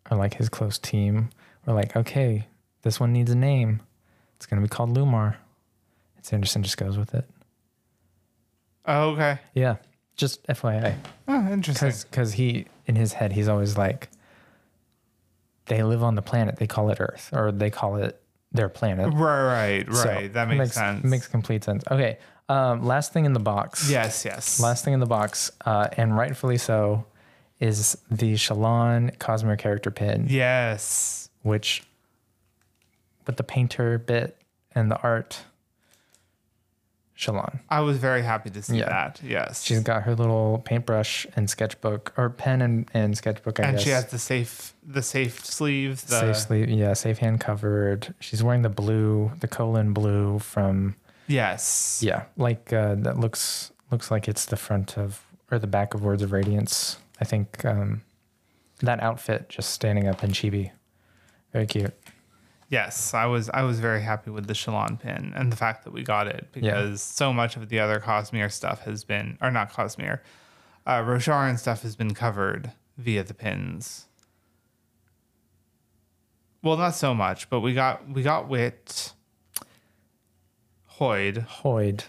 Speaker 3: are like his close team were like, okay, this one needs a name. It's gonna be called Lumar. And Sanderson just goes with it.
Speaker 1: oh, okay
Speaker 3: Yeah, just FYI,
Speaker 1: oh interesting
Speaker 3: because he in his head he's always like, they live on the planet. They call it Earth, or they call it their planet.
Speaker 1: right right
Speaker 3: So,
Speaker 1: right that makes, sense
Speaker 3: Makes complete sense. Okay. Um, last thing in the box.
Speaker 1: yes yes
Speaker 3: Last thing in the box, uh, and rightfully so, is the Shalon Cosmere character pin,
Speaker 1: yes
Speaker 3: which with the painter bit and the art, Shalon.
Speaker 1: i was very happy to see
Speaker 3: Yeah.
Speaker 1: that yes
Speaker 3: She's got her little paintbrush and sketchbook, or pen and, and sketchbook, I
Speaker 1: and
Speaker 3: guess.
Speaker 1: she has the safe the safe sleeve the
Speaker 3: safe sleeve, yeah, safe hand covered. She's wearing the blue, the colon blue from
Speaker 1: yes
Speaker 3: Yeah, like uh, that looks looks like it's the front of or the back of Words of Radiance. I think um, that outfit just standing up in chibi, very cute.
Speaker 1: Yes, I was I was very happy with the Shalon pin and the fact that we got it because so much of the other Cosmere stuff has been or not Cosmere, uh, Rosharan stuff has been covered via the pins. Well, not so much, but we got we got Wit, Hoyd,
Speaker 3: Hoyd.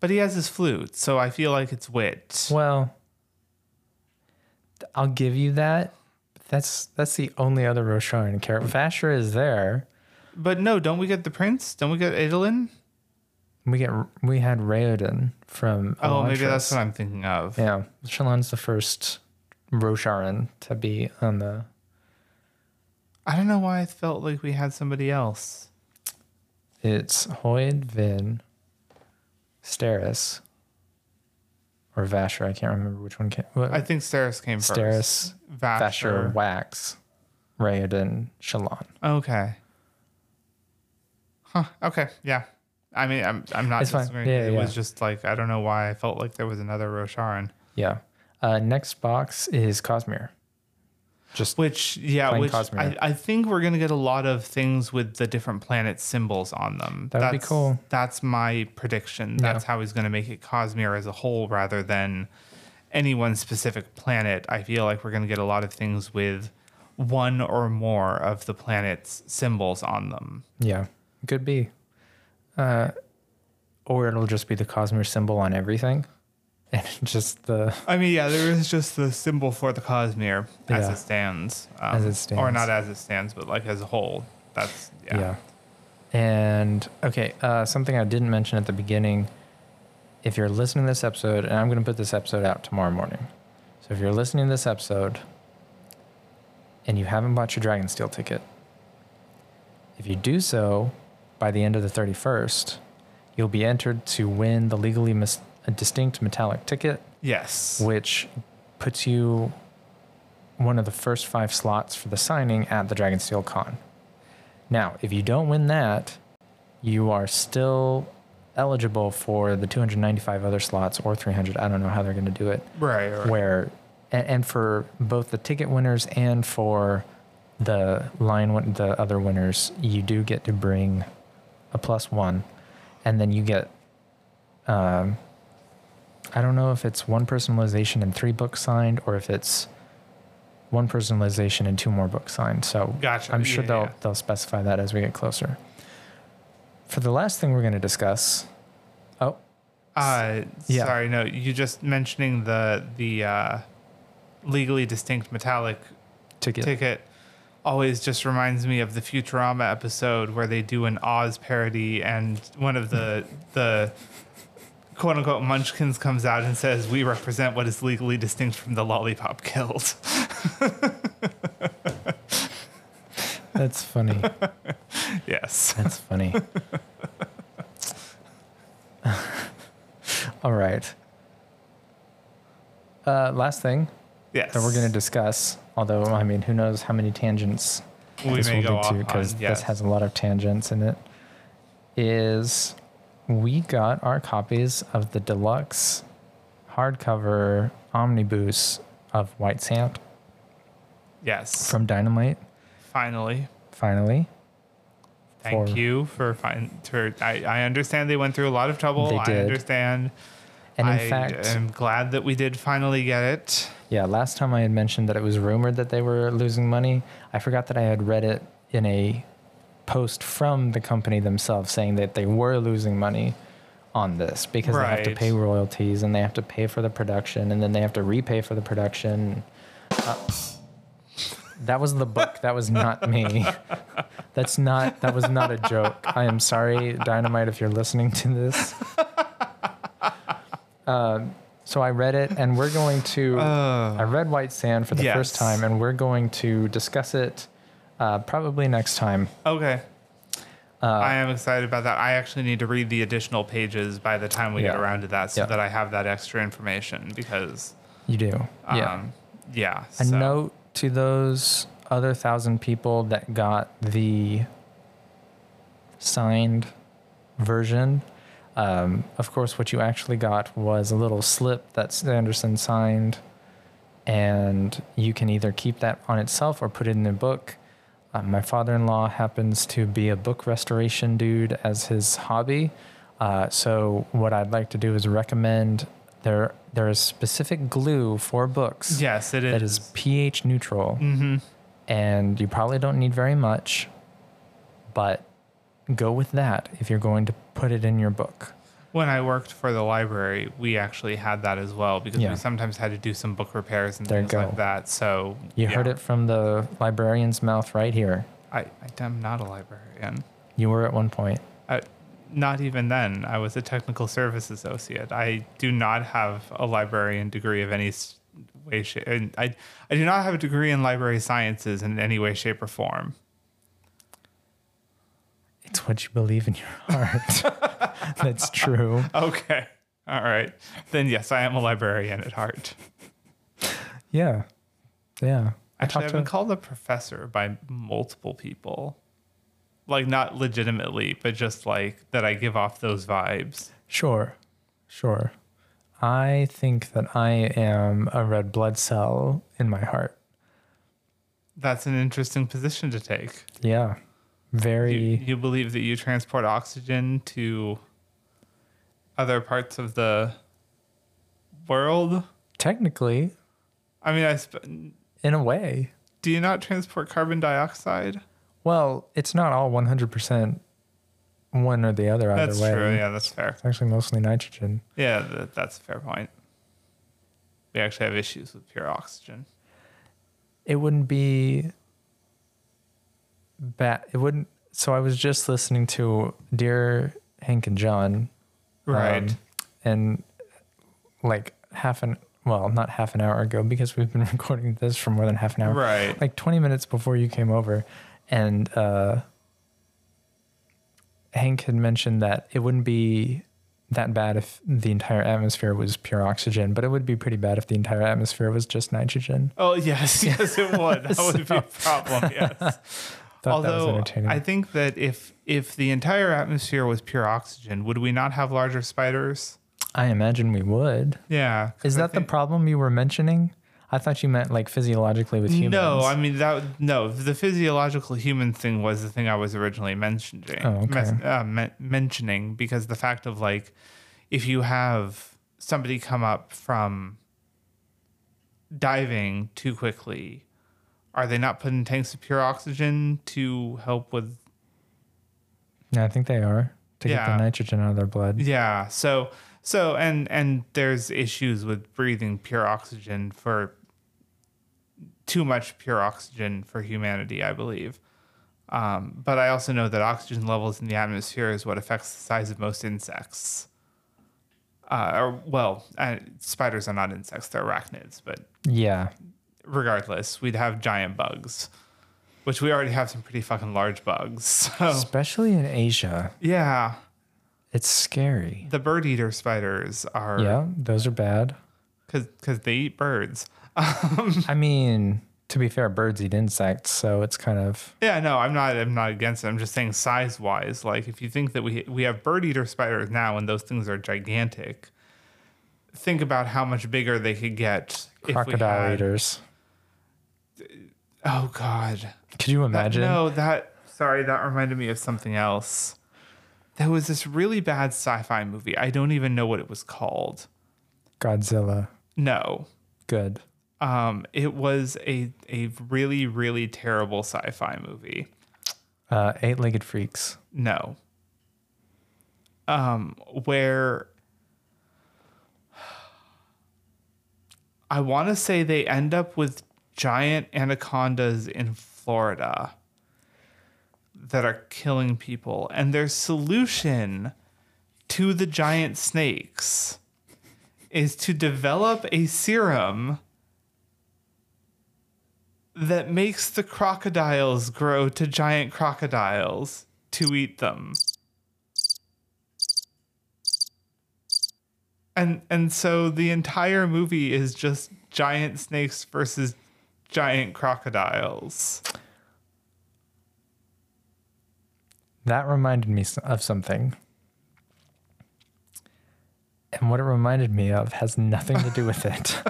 Speaker 1: but he has his flute, so I feel like it's Wit.
Speaker 3: Well, th- I'll give you that. but That's that's the only other Rosharan character. Vasher is there.
Speaker 1: But no, don't we get the prince? Don't we get Idolin?
Speaker 3: We get we had Raoden from.
Speaker 1: Oh, maybe that's
Speaker 3: Elantris.
Speaker 1: what I'm thinking of.
Speaker 3: Yeah, Shalon's the first Rosharan to be on the.
Speaker 1: I don't know why I felt like we had somebody else.
Speaker 3: It's Hoyd, Vin, Steris, or Vasher. I can't remember which one came. What,
Speaker 1: I think Steris came first.
Speaker 3: Steris, Vasher, Wax, Rayadin, Shalon.
Speaker 1: Okay. Huh. Okay. Yeah. I mean, I'm I'm not
Speaker 3: It's fine.
Speaker 1: disagreeing.
Speaker 3: Yeah,
Speaker 1: it
Speaker 3: yeah,
Speaker 1: was
Speaker 3: yeah.
Speaker 1: just like I don't know why I felt like there was another Rosharan.
Speaker 3: Yeah. Uh, next box is Cosmere. Just
Speaker 1: Which yeah,
Speaker 3: Plain
Speaker 1: which I,
Speaker 3: Cosmere.
Speaker 1: I think we're gonna get a lot of things with the different planet symbols on them.
Speaker 3: That would be
Speaker 1: that's,
Speaker 3: cool.
Speaker 1: That's my prediction. That's how he's gonna make it Cosmere as a whole rather than any one specific planet. I feel like we're gonna get a lot of things with one or more of the planet's symbols on them.
Speaker 3: yeah, could be. Uh, or it'll just be the Cosmere symbol on everything, and just the
Speaker 1: I mean, yeah, there is just the symbol for the Cosmere as
Speaker 3: Yeah.
Speaker 1: it stands, um,
Speaker 3: As it
Speaker 1: or
Speaker 3: stands.
Speaker 1: not as it stands, but like as a whole. That's yeah.
Speaker 3: Yeah. And okay, uh, something I didn't mention at the beginning. If you're listening to this episode, and I'm going to put this episode out tomorrow morning. So if you're listening to this episode and you haven't bought your Dragon Steel ticket, if you do so by the end of the 31st, you'll be entered to win the legally mis- a distinct metallic ticket,
Speaker 1: Yes.
Speaker 3: which puts you one of the first five slots for the signing at the Dragon Steel Con. Now, if you don't win that, you are still eligible for the 295 other slots or 300. I don't know how they're going to do it.
Speaker 1: right. right.
Speaker 3: Where and, and for both the ticket winners and for the line win- the other winners, you do get to bring a plus one, and then you get. Um, I don't know if it's one personalization and three books signed, or if it's one personalization and two more books signed. So
Speaker 1: Gotcha.
Speaker 3: I'm sure
Speaker 1: Yeah,
Speaker 3: they'll
Speaker 1: yeah.
Speaker 3: they'll specify that as we get closer. For the last thing we're going to discuss, oh,
Speaker 1: Uh,
Speaker 3: Yeah.
Speaker 1: Sorry, no. You just mentioning the the uh, legally distinct metallic
Speaker 3: ticket.
Speaker 1: ticket always just reminds me of the Futurama episode where they do an Oz parody and one of the the quote unquote munchkins comes out and says, We represent what is legally distinct from the lollipop guild.
Speaker 3: That's funny.
Speaker 1: yes.
Speaker 3: That's funny. All right. Uh, last thing
Speaker 1: Yes.
Speaker 3: that we're going to discuss, although I mean, who knows how many tangents
Speaker 1: We
Speaker 3: this
Speaker 1: may
Speaker 3: will
Speaker 1: go
Speaker 3: lead to
Speaker 1: off on,
Speaker 3: because
Speaker 1: yes.
Speaker 3: this has a lot of tangents in it. Is we got our copies of the deluxe hardcover omnibus of White Sand
Speaker 1: Yes.
Speaker 3: from Dynamite.
Speaker 1: Finally.
Speaker 3: Finally,
Speaker 1: Thank
Speaker 3: For-
Speaker 1: you for fine for I, I understand they went through a lot of trouble.
Speaker 3: They
Speaker 1: I
Speaker 3: did.
Speaker 1: understand.
Speaker 3: and in
Speaker 1: I
Speaker 3: fact,
Speaker 1: am glad that we did finally get it.
Speaker 3: Yeah, last time I had mentioned that it was rumored that they were losing money. I forgot that I had read it in a post from the company themselves saying that they were losing money on this because they have to
Speaker 1: Right.
Speaker 3: pay royalties and they have to pay for the production and then they have to repay for the production. Uh, that was the book. That was not me. That's not that was not a joke. I am sorry, Dynamite, if you're listening to this. Um, so I read it, and we're going to. I read White Sand for the first
Speaker 1: Oh. Yes.
Speaker 3: time, and we're going to discuss it uh, probably next time.
Speaker 1: Okay.
Speaker 3: Uh,
Speaker 1: I am excited about that. I actually need to read the additional pages by the time we get
Speaker 3: Yeah.
Speaker 1: around to that so
Speaker 3: Yeah.
Speaker 1: that I have that extra information because,
Speaker 3: You do,
Speaker 1: um, yeah.
Speaker 3: yeah. A
Speaker 1: so-
Speaker 3: note to those other thousand people that got the signed version. Um, of course, what you actually got was a little slip that Sanderson signed, and you can either keep that on itself or put it in the book. Uh, my father in law happens to be a book restoration dude as his hobby. Uh, so, what I'd like to do is recommend there, there is specific glue for books
Speaker 1: Yes, it
Speaker 3: that
Speaker 1: is. mm-hmm.
Speaker 3: is pH neutral, and you probably don't need very much, but go with that if you're going to put it in your book.
Speaker 1: When I worked for the library, we actually had that as well because
Speaker 3: Yeah.
Speaker 1: we sometimes had to do some book repairs and
Speaker 3: There you
Speaker 1: things like
Speaker 3: go.
Speaker 1: that. So
Speaker 3: You
Speaker 1: yeah.
Speaker 3: heard it from the librarian's mouth right here.
Speaker 1: I, I am not a librarian.
Speaker 3: You were at one point.
Speaker 1: I, Uh, not even then. I was a technical service associate. I do not have a librarian degree of any s- way, shape. And I, I do not have a degree in library sciences in any way, shape, or form.
Speaker 3: It's what you believe in your heart. That's true.
Speaker 1: Okay. All right. Then, yes, I am a librarian at heart.
Speaker 3: Yeah. Yeah.
Speaker 1: Actually,
Speaker 3: I
Speaker 1: I've
Speaker 3: talked to
Speaker 1: been called a professor by multiple people. Like, not legitimately, but just like that I give off those vibes.
Speaker 3: Sure. Sure. I think that I am a red blood cell in my heart.
Speaker 1: That's an interesting position to take.
Speaker 3: Yeah.
Speaker 1: You,
Speaker 3: Very
Speaker 1: you believe that you transport oxygen to other parts of the world?
Speaker 3: technically,
Speaker 1: I mean, I sp-
Speaker 3: in a way.
Speaker 1: do you not transport carbon dioxide?
Speaker 3: Well, it's not all 100% one or the other either
Speaker 1: That's
Speaker 3: way.
Speaker 1: true. Yeah, that's fair.
Speaker 3: It's actually mostly nitrogen.
Speaker 1: Yeah, th- that's a fair point. We actually have issues with pure oxygen.
Speaker 3: It wouldn't be bad. It wouldn't. So I was just listening to Dear Hank and John.
Speaker 1: Right.
Speaker 3: um, and like half an, well, not half an hour ago because we've been recording this for more than half an hour.
Speaker 1: right.
Speaker 3: like 20 minutes before you came over and uh, hank had mentioned that it wouldn't be that bad if the entire atmosphere was pure oxygen but it would be pretty bad if the entire atmosphere was just nitrogen
Speaker 1: Oh yes, yes it would. That would be a problem. Yes.
Speaker 3: thought that was
Speaker 1: Although
Speaker 3: entertaining
Speaker 1: I think that if if the entire atmosphere was pure oxygen, would we not have larger spiders?
Speaker 3: i imagine we would
Speaker 1: Yeah. 'cause
Speaker 3: is
Speaker 1: I
Speaker 3: that the
Speaker 1: think-
Speaker 3: problem you were mentioning i thought you meant like physiologically with humans
Speaker 1: No, I mean that. No, the physiological human thing was the thing I was originally mentioning.
Speaker 3: Oh, okay.
Speaker 1: mes- uh, men- mentioning because the fact of like, if you have somebody come up from diving too quickly, are they not put in tanks of pure oxygen to help with
Speaker 3: yeah i think they are to get
Speaker 1: Yeah.
Speaker 3: the nitrogen out of their blood
Speaker 1: Yeah. So so and and there's issues with breathing pure oxygen for too much pure oxygen for humanity, I believe. Um, but I also know that oxygen levels in the atmosphere is what affects the size of most insects. Uh, or well, uh, spiders are not insects; they're arachnids. But
Speaker 3: yeah
Speaker 1: regardless, we'd have giant bugs, which we already have some pretty fucking large bugs. So
Speaker 3: especially in asia
Speaker 1: yeah,
Speaker 3: it's scary
Speaker 1: the bird eater spiders are
Speaker 3: yeah those are bad
Speaker 1: because because they eat birds. Uh,
Speaker 3: I mean, to be fair, birds eat insects, so it's kind of
Speaker 1: Yeah, no, I'm not. I'm not against it. I'm just saying size wise. Like if you think that we we have bird eater spiders now, and those things are gigantic. Think about how much bigger they could get.
Speaker 3: crocodile
Speaker 1: had-
Speaker 3: eaters.
Speaker 1: Oh God.
Speaker 3: Could you
Speaker 1: That-
Speaker 3: imagine?
Speaker 1: no, that. Sorry, that reminded me of something else. There was this really bad sci-fi movie. I don't even know what it was called.
Speaker 3: Godzilla.
Speaker 1: No,
Speaker 3: Good.
Speaker 1: um, it was a a really really terrible sci-fi movie.
Speaker 3: Uh, eight-legged freaks.
Speaker 1: No. Um, where I want to say they end up with giant anacondas in Florida that are killing people, and their solution to the giant snakes is to develop a serum that makes the crocodiles grow to giant crocodiles to eat them. And and so the entire movie is just giant snakes versus giant crocodiles.
Speaker 3: That reminded me s- of something. And what it reminded me of has nothing to do with it.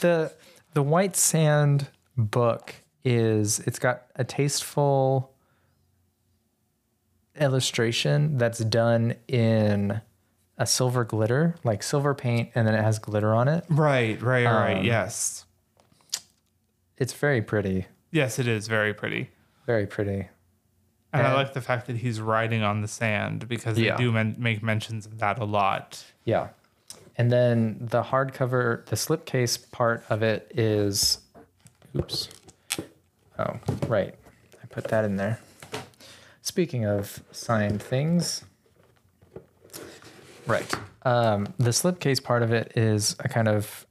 Speaker 3: the The White Sand book is it's got a tasteful illustration that's done in a silver glitter, like silver paint, and then it has glitter on it.
Speaker 1: Right, right, right.
Speaker 3: Um,
Speaker 1: yes.
Speaker 3: It's very pretty,
Speaker 1: Yes, it is very pretty.
Speaker 3: very pretty.
Speaker 1: And I
Speaker 3: and-
Speaker 1: like the fact that he's riding on the sand because
Speaker 3: Yeah.
Speaker 1: they do men- make mentions of that a lot.
Speaker 3: Yeah. And then the hardcover, the slipcase part of it is, oops. Oh, right. I put that in there. Speaking of signed things, right. Um, the slipcase part of it is a kind of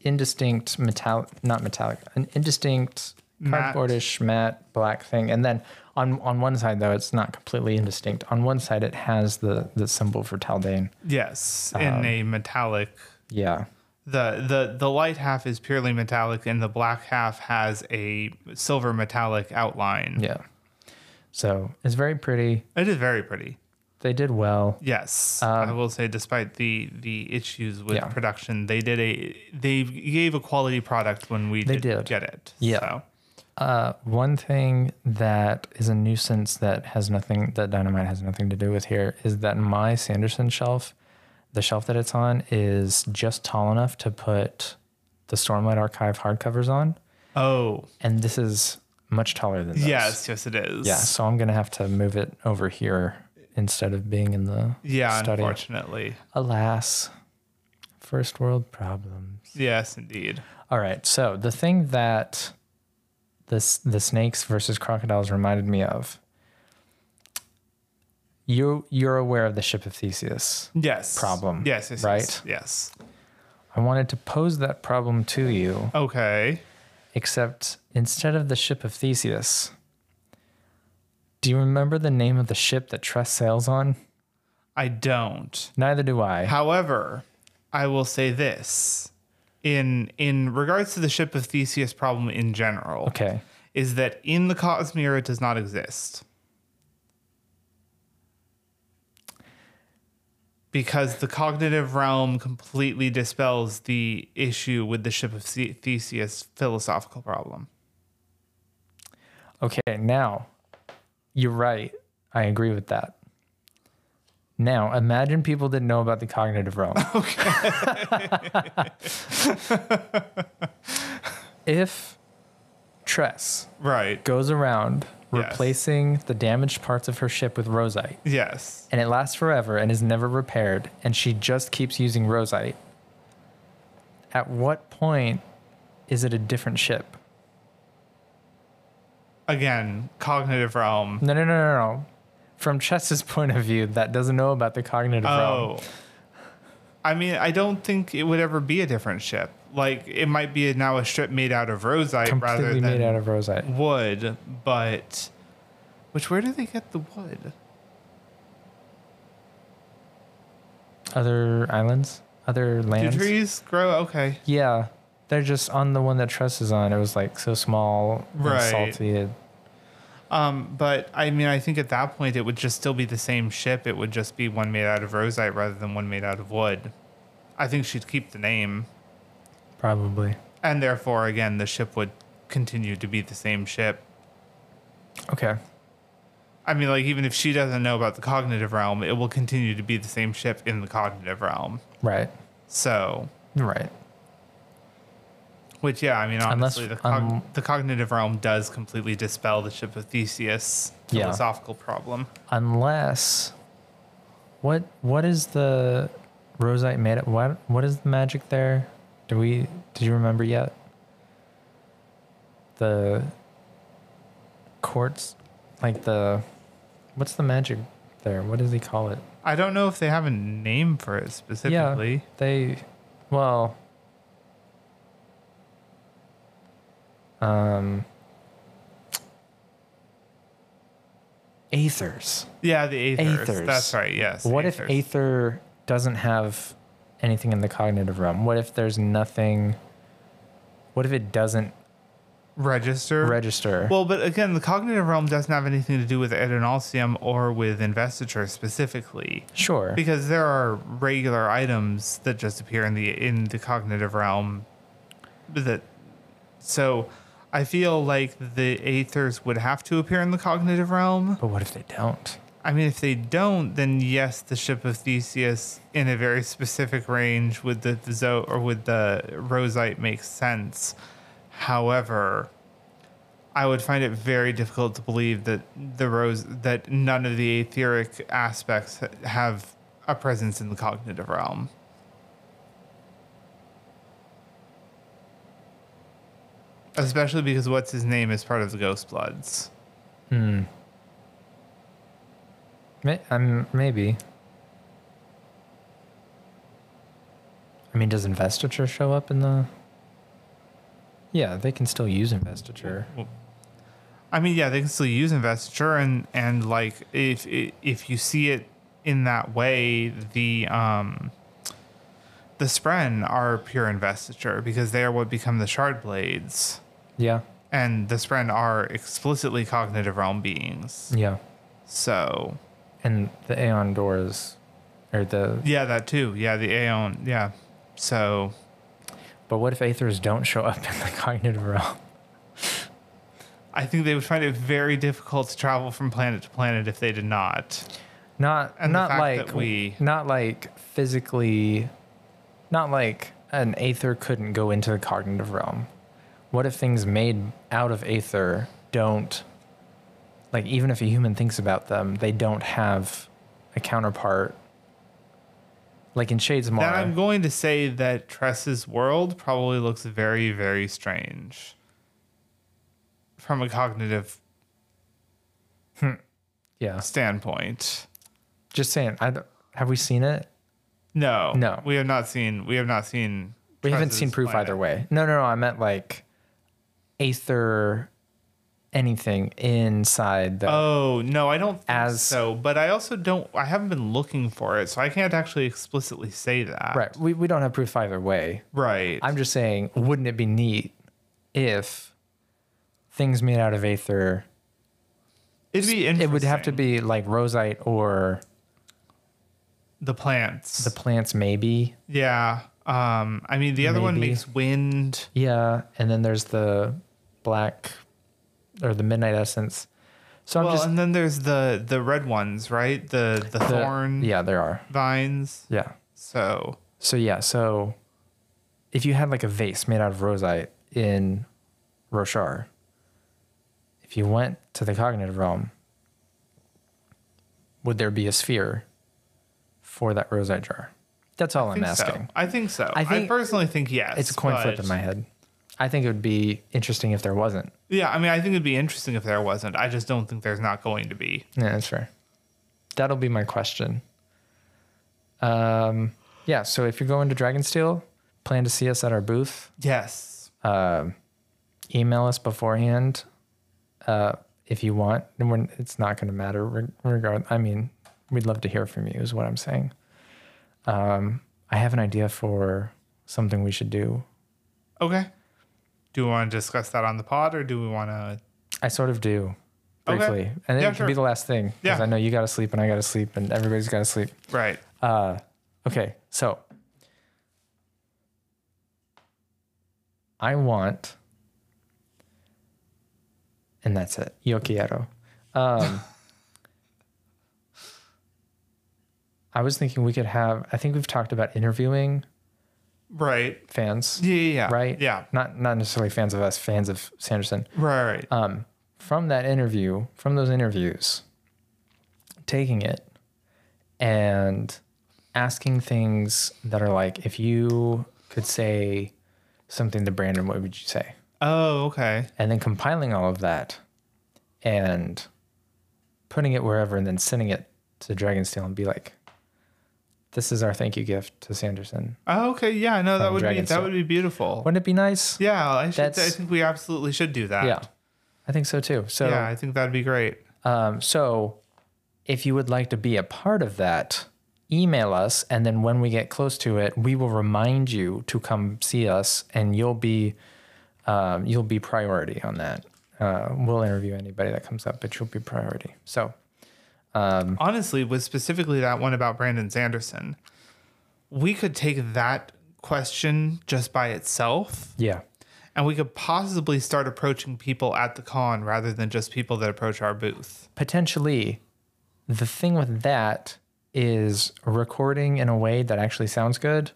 Speaker 3: indistinct metallic, not metallic, an indistinct
Speaker 1: Matte.
Speaker 3: cardboardish matte black thing. And then on on one side though, it's not completely indistinct. On one side, it has the the symbol for Taldane.
Speaker 1: Yes, in a metallic
Speaker 3: Yeah,
Speaker 1: the the the light half is purely metallic and the black half has a silver metallic outline
Speaker 3: yeah. So it's very pretty.
Speaker 1: it is very pretty
Speaker 3: They did well.
Speaker 1: yes i will say despite the the issues with
Speaker 3: Uh, Yeah.
Speaker 1: production they did a they gave a quality product when we
Speaker 3: They
Speaker 1: did,
Speaker 3: did.
Speaker 1: get it
Speaker 3: Yeah.
Speaker 1: so,
Speaker 3: Uh, one thing that is a nuisance that has nothing that dynamite has nothing to do with here is that my Sanderson shelf, the shelf that it's on, is just tall enough to put the Stormlight Archive hardcovers on.
Speaker 1: oh
Speaker 3: And this is much taller than those.
Speaker 1: Yes, yes, it is.
Speaker 3: Yeah. So I'm gonna have to move it over here instead of being in the
Speaker 1: Yeah,
Speaker 3: study.
Speaker 1: unfortunately.
Speaker 3: Alas, first world problems.
Speaker 1: Yes, indeed.
Speaker 3: All right. So the thing that this the snakes versus crocodiles reminded me of. You you're aware of the ship of Theseus.
Speaker 1: Yes.
Speaker 3: Problem,
Speaker 1: Yes, yes, yes,
Speaker 3: right?
Speaker 1: Yes.
Speaker 3: I wanted to pose that problem to you,
Speaker 1: Okay.
Speaker 3: except instead of the ship of Theseus, do you remember the name of the ship that Tress sails on?
Speaker 1: I don't.
Speaker 3: Neither do I.
Speaker 1: However, I will say this in in regards to the ship of Theseus problem in general.
Speaker 3: okay.
Speaker 1: Is that in the Cosmere it does not exist. Because the cognitive realm completely dispels the issue with the ship of The- Theseus philosophical problem.
Speaker 3: Okay, now you're right. I agree with that. Now imagine people didn't know about the cognitive realm. Okay. if Tress
Speaker 1: Right.
Speaker 3: goes around
Speaker 1: Yes.
Speaker 3: replacing the damaged parts of her ship with rosite,
Speaker 1: Yes.
Speaker 3: and it lasts forever and is never repaired, and she just keeps using rosite. At what point is it a different ship?
Speaker 1: Again, cognitive realm.
Speaker 3: No, no, no, no, no. From Chess's point of view, that doesn't know about the cognitive
Speaker 1: Oh.
Speaker 3: realm.
Speaker 1: I mean, I don't think it would ever be a different ship. Like it might be now a strip made out of rosite rather
Speaker 3: Completely
Speaker 1: than
Speaker 3: made out of rosite.
Speaker 1: wood, but which where do they get the wood?
Speaker 3: Other islands, other
Speaker 1: Do
Speaker 3: lands.
Speaker 1: trees grow? Okay.
Speaker 3: Yeah, they're just on the one that Tress is on. It was like so small, and
Speaker 1: Right.
Speaker 3: salty. It-
Speaker 1: Um, but I mean, I think at that point it would just still be the same ship. It would just be one made out of rosite rather than one made out of wood. I think she'd keep the name,
Speaker 3: Probably.
Speaker 1: and therefore, again, the ship would continue to be the same ship.
Speaker 3: Okay.
Speaker 1: I mean, like even if she doesn't know about the cognitive realm, it will continue to be the same ship in the cognitive realm.
Speaker 3: Right.
Speaker 1: So,
Speaker 3: Right.
Speaker 1: which yeah, I mean,
Speaker 3: Unless-
Speaker 1: honestly, the, cog-
Speaker 3: um,
Speaker 1: the cognitive realm does completely dispel the ship of Theseus
Speaker 3: Yeah.
Speaker 1: philosophical problem.
Speaker 3: unless what what is the rosite made of what what is the magic there do we do you remember yet the quartz like the what's the magic there what does he call it
Speaker 1: I don't know if they have a name for it specifically.
Speaker 3: yeah they well um aethers
Speaker 1: Yeah, the aethers.
Speaker 3: Aethers.
Speaker 1: That's right. Yes.
Speaker 3: What
Speaker 1: aethers.
Speaker 3: if Aether doesn't have anything in the cognitive realm? What if there's nothing? What if it doesn't
Speaker 1: register?
Speaker 3: register?
Speaker 1: well, but again, the cognitive realm doesn't have anything to do with adenalsium or with investiture specifically,
Speaker 3: sure.
Speaker 1: because there are regular items that just appear in the in the cognitive realm. That so, I feel like the aethers would have to appear in the cognitive realm.
Speaker 3: but what if they don't?
Speaker 1: I mean, if they don't, then yes, the ship of Theseus in a very specific range with the zo or with the rosite makes sense. However, I would find it very difficult to believe that the rose that none of the aetheric aspects ha- have a presence in the cognitive realm. Especially because what's his name is part of the Ghost Bloods.
Speaker 3: Hmm. May, um, maybe. I mean, does investiture show up in the? Yeah, they can still use investiture.
Speaker 1: I mean, yeah, they can still use investiture, and and like if if you see it in that way, the um the spren are pure investiture because they are what become the shard blades,
Speaker 3: Yeah.
Speaker 1: and the spren are explicitly cognitive realm beings.
Speaker 3: Yeah.
Speaker 1: So
Speaker 3: And the Aeon doors, or the.
Speaker 1: yeah, that too. Yeah, the aeon. Yeah. So
Speaker 3: But what if Aethers don't show up in the cognitive realm?
Speaker 1: I think they would find it very difficult to travel from planet to planet if they did not.
Speaker 3: not
Speaker 1: And the
Speaker 3: not
Speaker 1: fact
Speaker 3: like
Speaker 1: that we-
Speaker 3: not like physically not like an aether couldn't go into the cognitive realm what if things made out of aether don't like even if a human thinks about them, they don't have a counterpart. Like in Shades of
Speaker 1: Then I'm
Speaker 3: Mar,
Speaker 1: going to say that Tress's world probably looks very, very strange from a cognitive
Speaker 3: yeah.
Speaker 1: standpoint.
Speaker 3: Just saying, I don't- have we seen it?
Speaker 1: No,
Speaker 3: No.
Speaker 1: we have not seen. We have not seen.
Speaker 3: We haven't
Speaker 1: Tress's
Speaker 3: seen proof
Speaker 1: planet.
Speaker 3: either way. No, no, no. I meant like aether, anything inside the.
Speaker 1: Oh no, I don't think
Speaker 3: As-
Speaker 1: so. But I also don't. I haven't been looking for it, so I can't actually explicitly say that.
Speaker 3: right. We, we don't have proof either way.
Speaker 1: Right.
Speaker 3: I'm just saying, wouldn't it be neat if things made out of aether?
Speaker 1: It'd be interesting.
Speaker 3: It would have to be like rosite or
Speaker 1: the plants.
Speaker 3: the plants, maybe.
Speaker 1: yeah. Um. I mean, the other one
Speaker 3: Maybe.
Speaker 1: makes wind.
Speaker 3: Yeah, and then there's the black or the midnight essence. So I'm
Speaker 1: Well,
Speaker 3: just
Speaker 1: and then there's the the red ones, right? The the
Speaker 3: the-
Speaker 1: thorn
Speaker 3: Yeah, there are.
Speaker 1: vines.
Speaker 3: Yeah.
Speaker 1: So
Speaker 3: So yeah, so if you had like a vase made out of rosite in Roshar, if you went to the cognitive realm, would there be a sphere for that rosite jar? That's all
Speaker 1: I
Speaker 3: I'm
Speaker 1: think so.
Speaker 3: asking.
Speaker 1: I think so. I,
Speaker 3: I think-
Speaker 1: personally think yes.
Speaker 3: It's a coin flip
Speaker 1: but-
Speaker 3: in my head. I think it would be interesting if there wasn't.
Speaker 1: Yeah, I mean, I think it'd be interesting if there wasn't. I just don't think there's not going to be.
Speaker 3: Yeah, that's fair. That'll be my question. Um, yeah, so if you're going to Dragonsteel, plan to see us at our booth.
Speaker 1: Yes.
Speaker 3: uh, Email us beforehand uh, if you want. And we're, it's not going to matter. Reg- regard, I mean, we'd love to hear from you, is what I'm saying. Um, I have an idea for something we should do.
Speaker 1: Okay. Do we want to discuss that on the pod, or do we want to?
Speaker 3: I sort of do
Speaker 1: Okay.
Speaker 3: briefly, and
Speaker 1: Yeah,
Speaker 3: it can be
Speaker 1: sure.
Speaker 3: the last thing because
Speaker 1: Yeah.
Speaker 3: I know you got to sleep and I got to sleep and everybody's got to sleep.
Speaker 1: Right.
Speaker 3: Uh, okay, so I want, and that's it. Yo quiero. Um, I was thinking we could have. I think we've talked about interviewing
Speaker 1: Right.
Speaker 3: fans,
Speaker 1: Yeah. Yeah. yeah.
Speaker 3: right?
Speaker 1: Yeah.
Speaker 3: Not not necessarily fans of us, fans of Sanderson.
Speaker 1: Right. right.
Speaker 3: Um, from that interview, from those interviews, taking it and asking things that are like, if you could say something to Brandon, what would you say?
Speaker 1: oh. Okay.
Speaker 3: And then compiling all of that and putting it wherever and then sending it to Dragonsteel and be like, this is our thank you gift to Sanderson.
Speaker 1: Oh, okay. Yeah. No, that
Speaker 3: From
Speaker 1: would be
Speaker 3: Dragon's
Speaker 1: that
Speaker 3: Den.
Speaker 1: would be beautiful.
Speaker 3: Wouldn't it be nice?
Speaker 1: Yeah. I should. I
Speaker 3: That's-
Speaker 1: think we absolutely should do that.
Speaker 3: Yeah. I think so too. So
Speaker 1: yeah. I think that'd be great.
Speaker 3: Um, so if you would like to be a part of that, email us. And then when we get close to it, we will remind you to come see us and you'll be, um, you'll be priority on that. Uh, we'll interview anybody that comes up, but you'll be priority. So
Speaker 1: honestly was specifically that one about Brandon Sanderson. We could take that question just by itself
Speaker 3: yeah,
Speaker 1: and we could possibly start approaching people at the con rather than just people that approach our booth.
Speaker 3: potentially the thing with that is recording in a way that actually sounds good.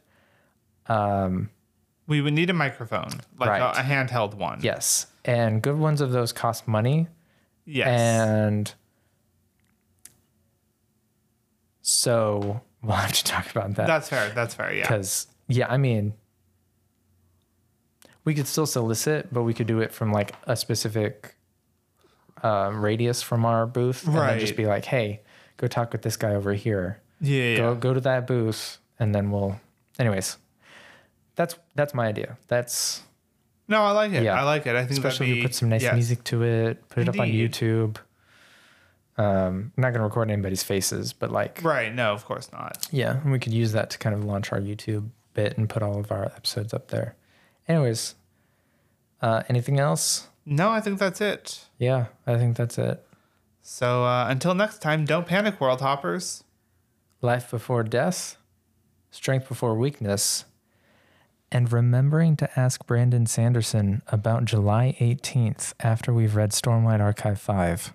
Speaker 1: We would need a microphone, like
Speaker 3: Right.
Speaker 1: a, a handheld one.
Speaker 3: Yes. And good ones of those cost money.
Speaker 1: Yes.
Speaker 3: And so we'll have to talk about that
Speaker 1: that's fair. That's fair. Yeah.
Speaker 3: because yeah, I mean, we could still solicit, but we could do it from like a specific uh, radius from our booth, and then just
Speaker 1: Right.
Speaker 3: be like, "Hey, go talk with this guy over here.
Speaker 1: Yeah. yeah,
Speaker 3: Go
Speaker 1: yeah.
Speaker 3: go to that booth, and then we'll." Anyways, that's that's my idea. That's
Speaker 1: No, I like it.
Speaker 3: Yeah.
Speaker 1: I like it. I think
Speaker 3: especially
Speaker 1: that'd
Speaker 3: if
Speaker 1: be
Speaker 3: you put some nice
Speaker 1: yes.
Speaker 3: music to it put it up on
Speaker 1: Indeed.
Speaker 3: youtube um I'm not gonna record anybody's faces but like
Speaker 1: Right. No, of course not.
Speaker 3: yeah and we could use that to kind of launch our youtube bit and put all of our episodes up there anyways uh anything else
Speaker 1: No, I think that's it.
Speaker 3: yeah i think that's it
Speaker 1: So uh, until next time, don't panic, world hoppers.
Speaker 3: life before death strength before weakness and remembering to ask Brandon Sanderson about July 18th after we've read Stormlight Archive 5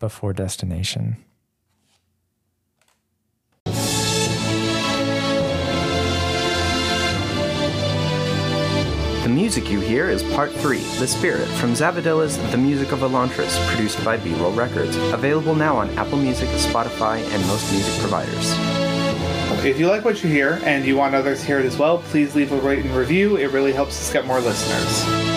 Speaker 3: before destination.
Speaker 2: The music you hear is Part 3, The Spirit, from Zavadilla's The Music of Elantris, produced by B-Roll Records. Available now on Apple Music, Spotify, and most music providers.
Speaker 1: If you like what you hear and you want others to hear it as well, please leave a rate and review. It really helps us get more listeners.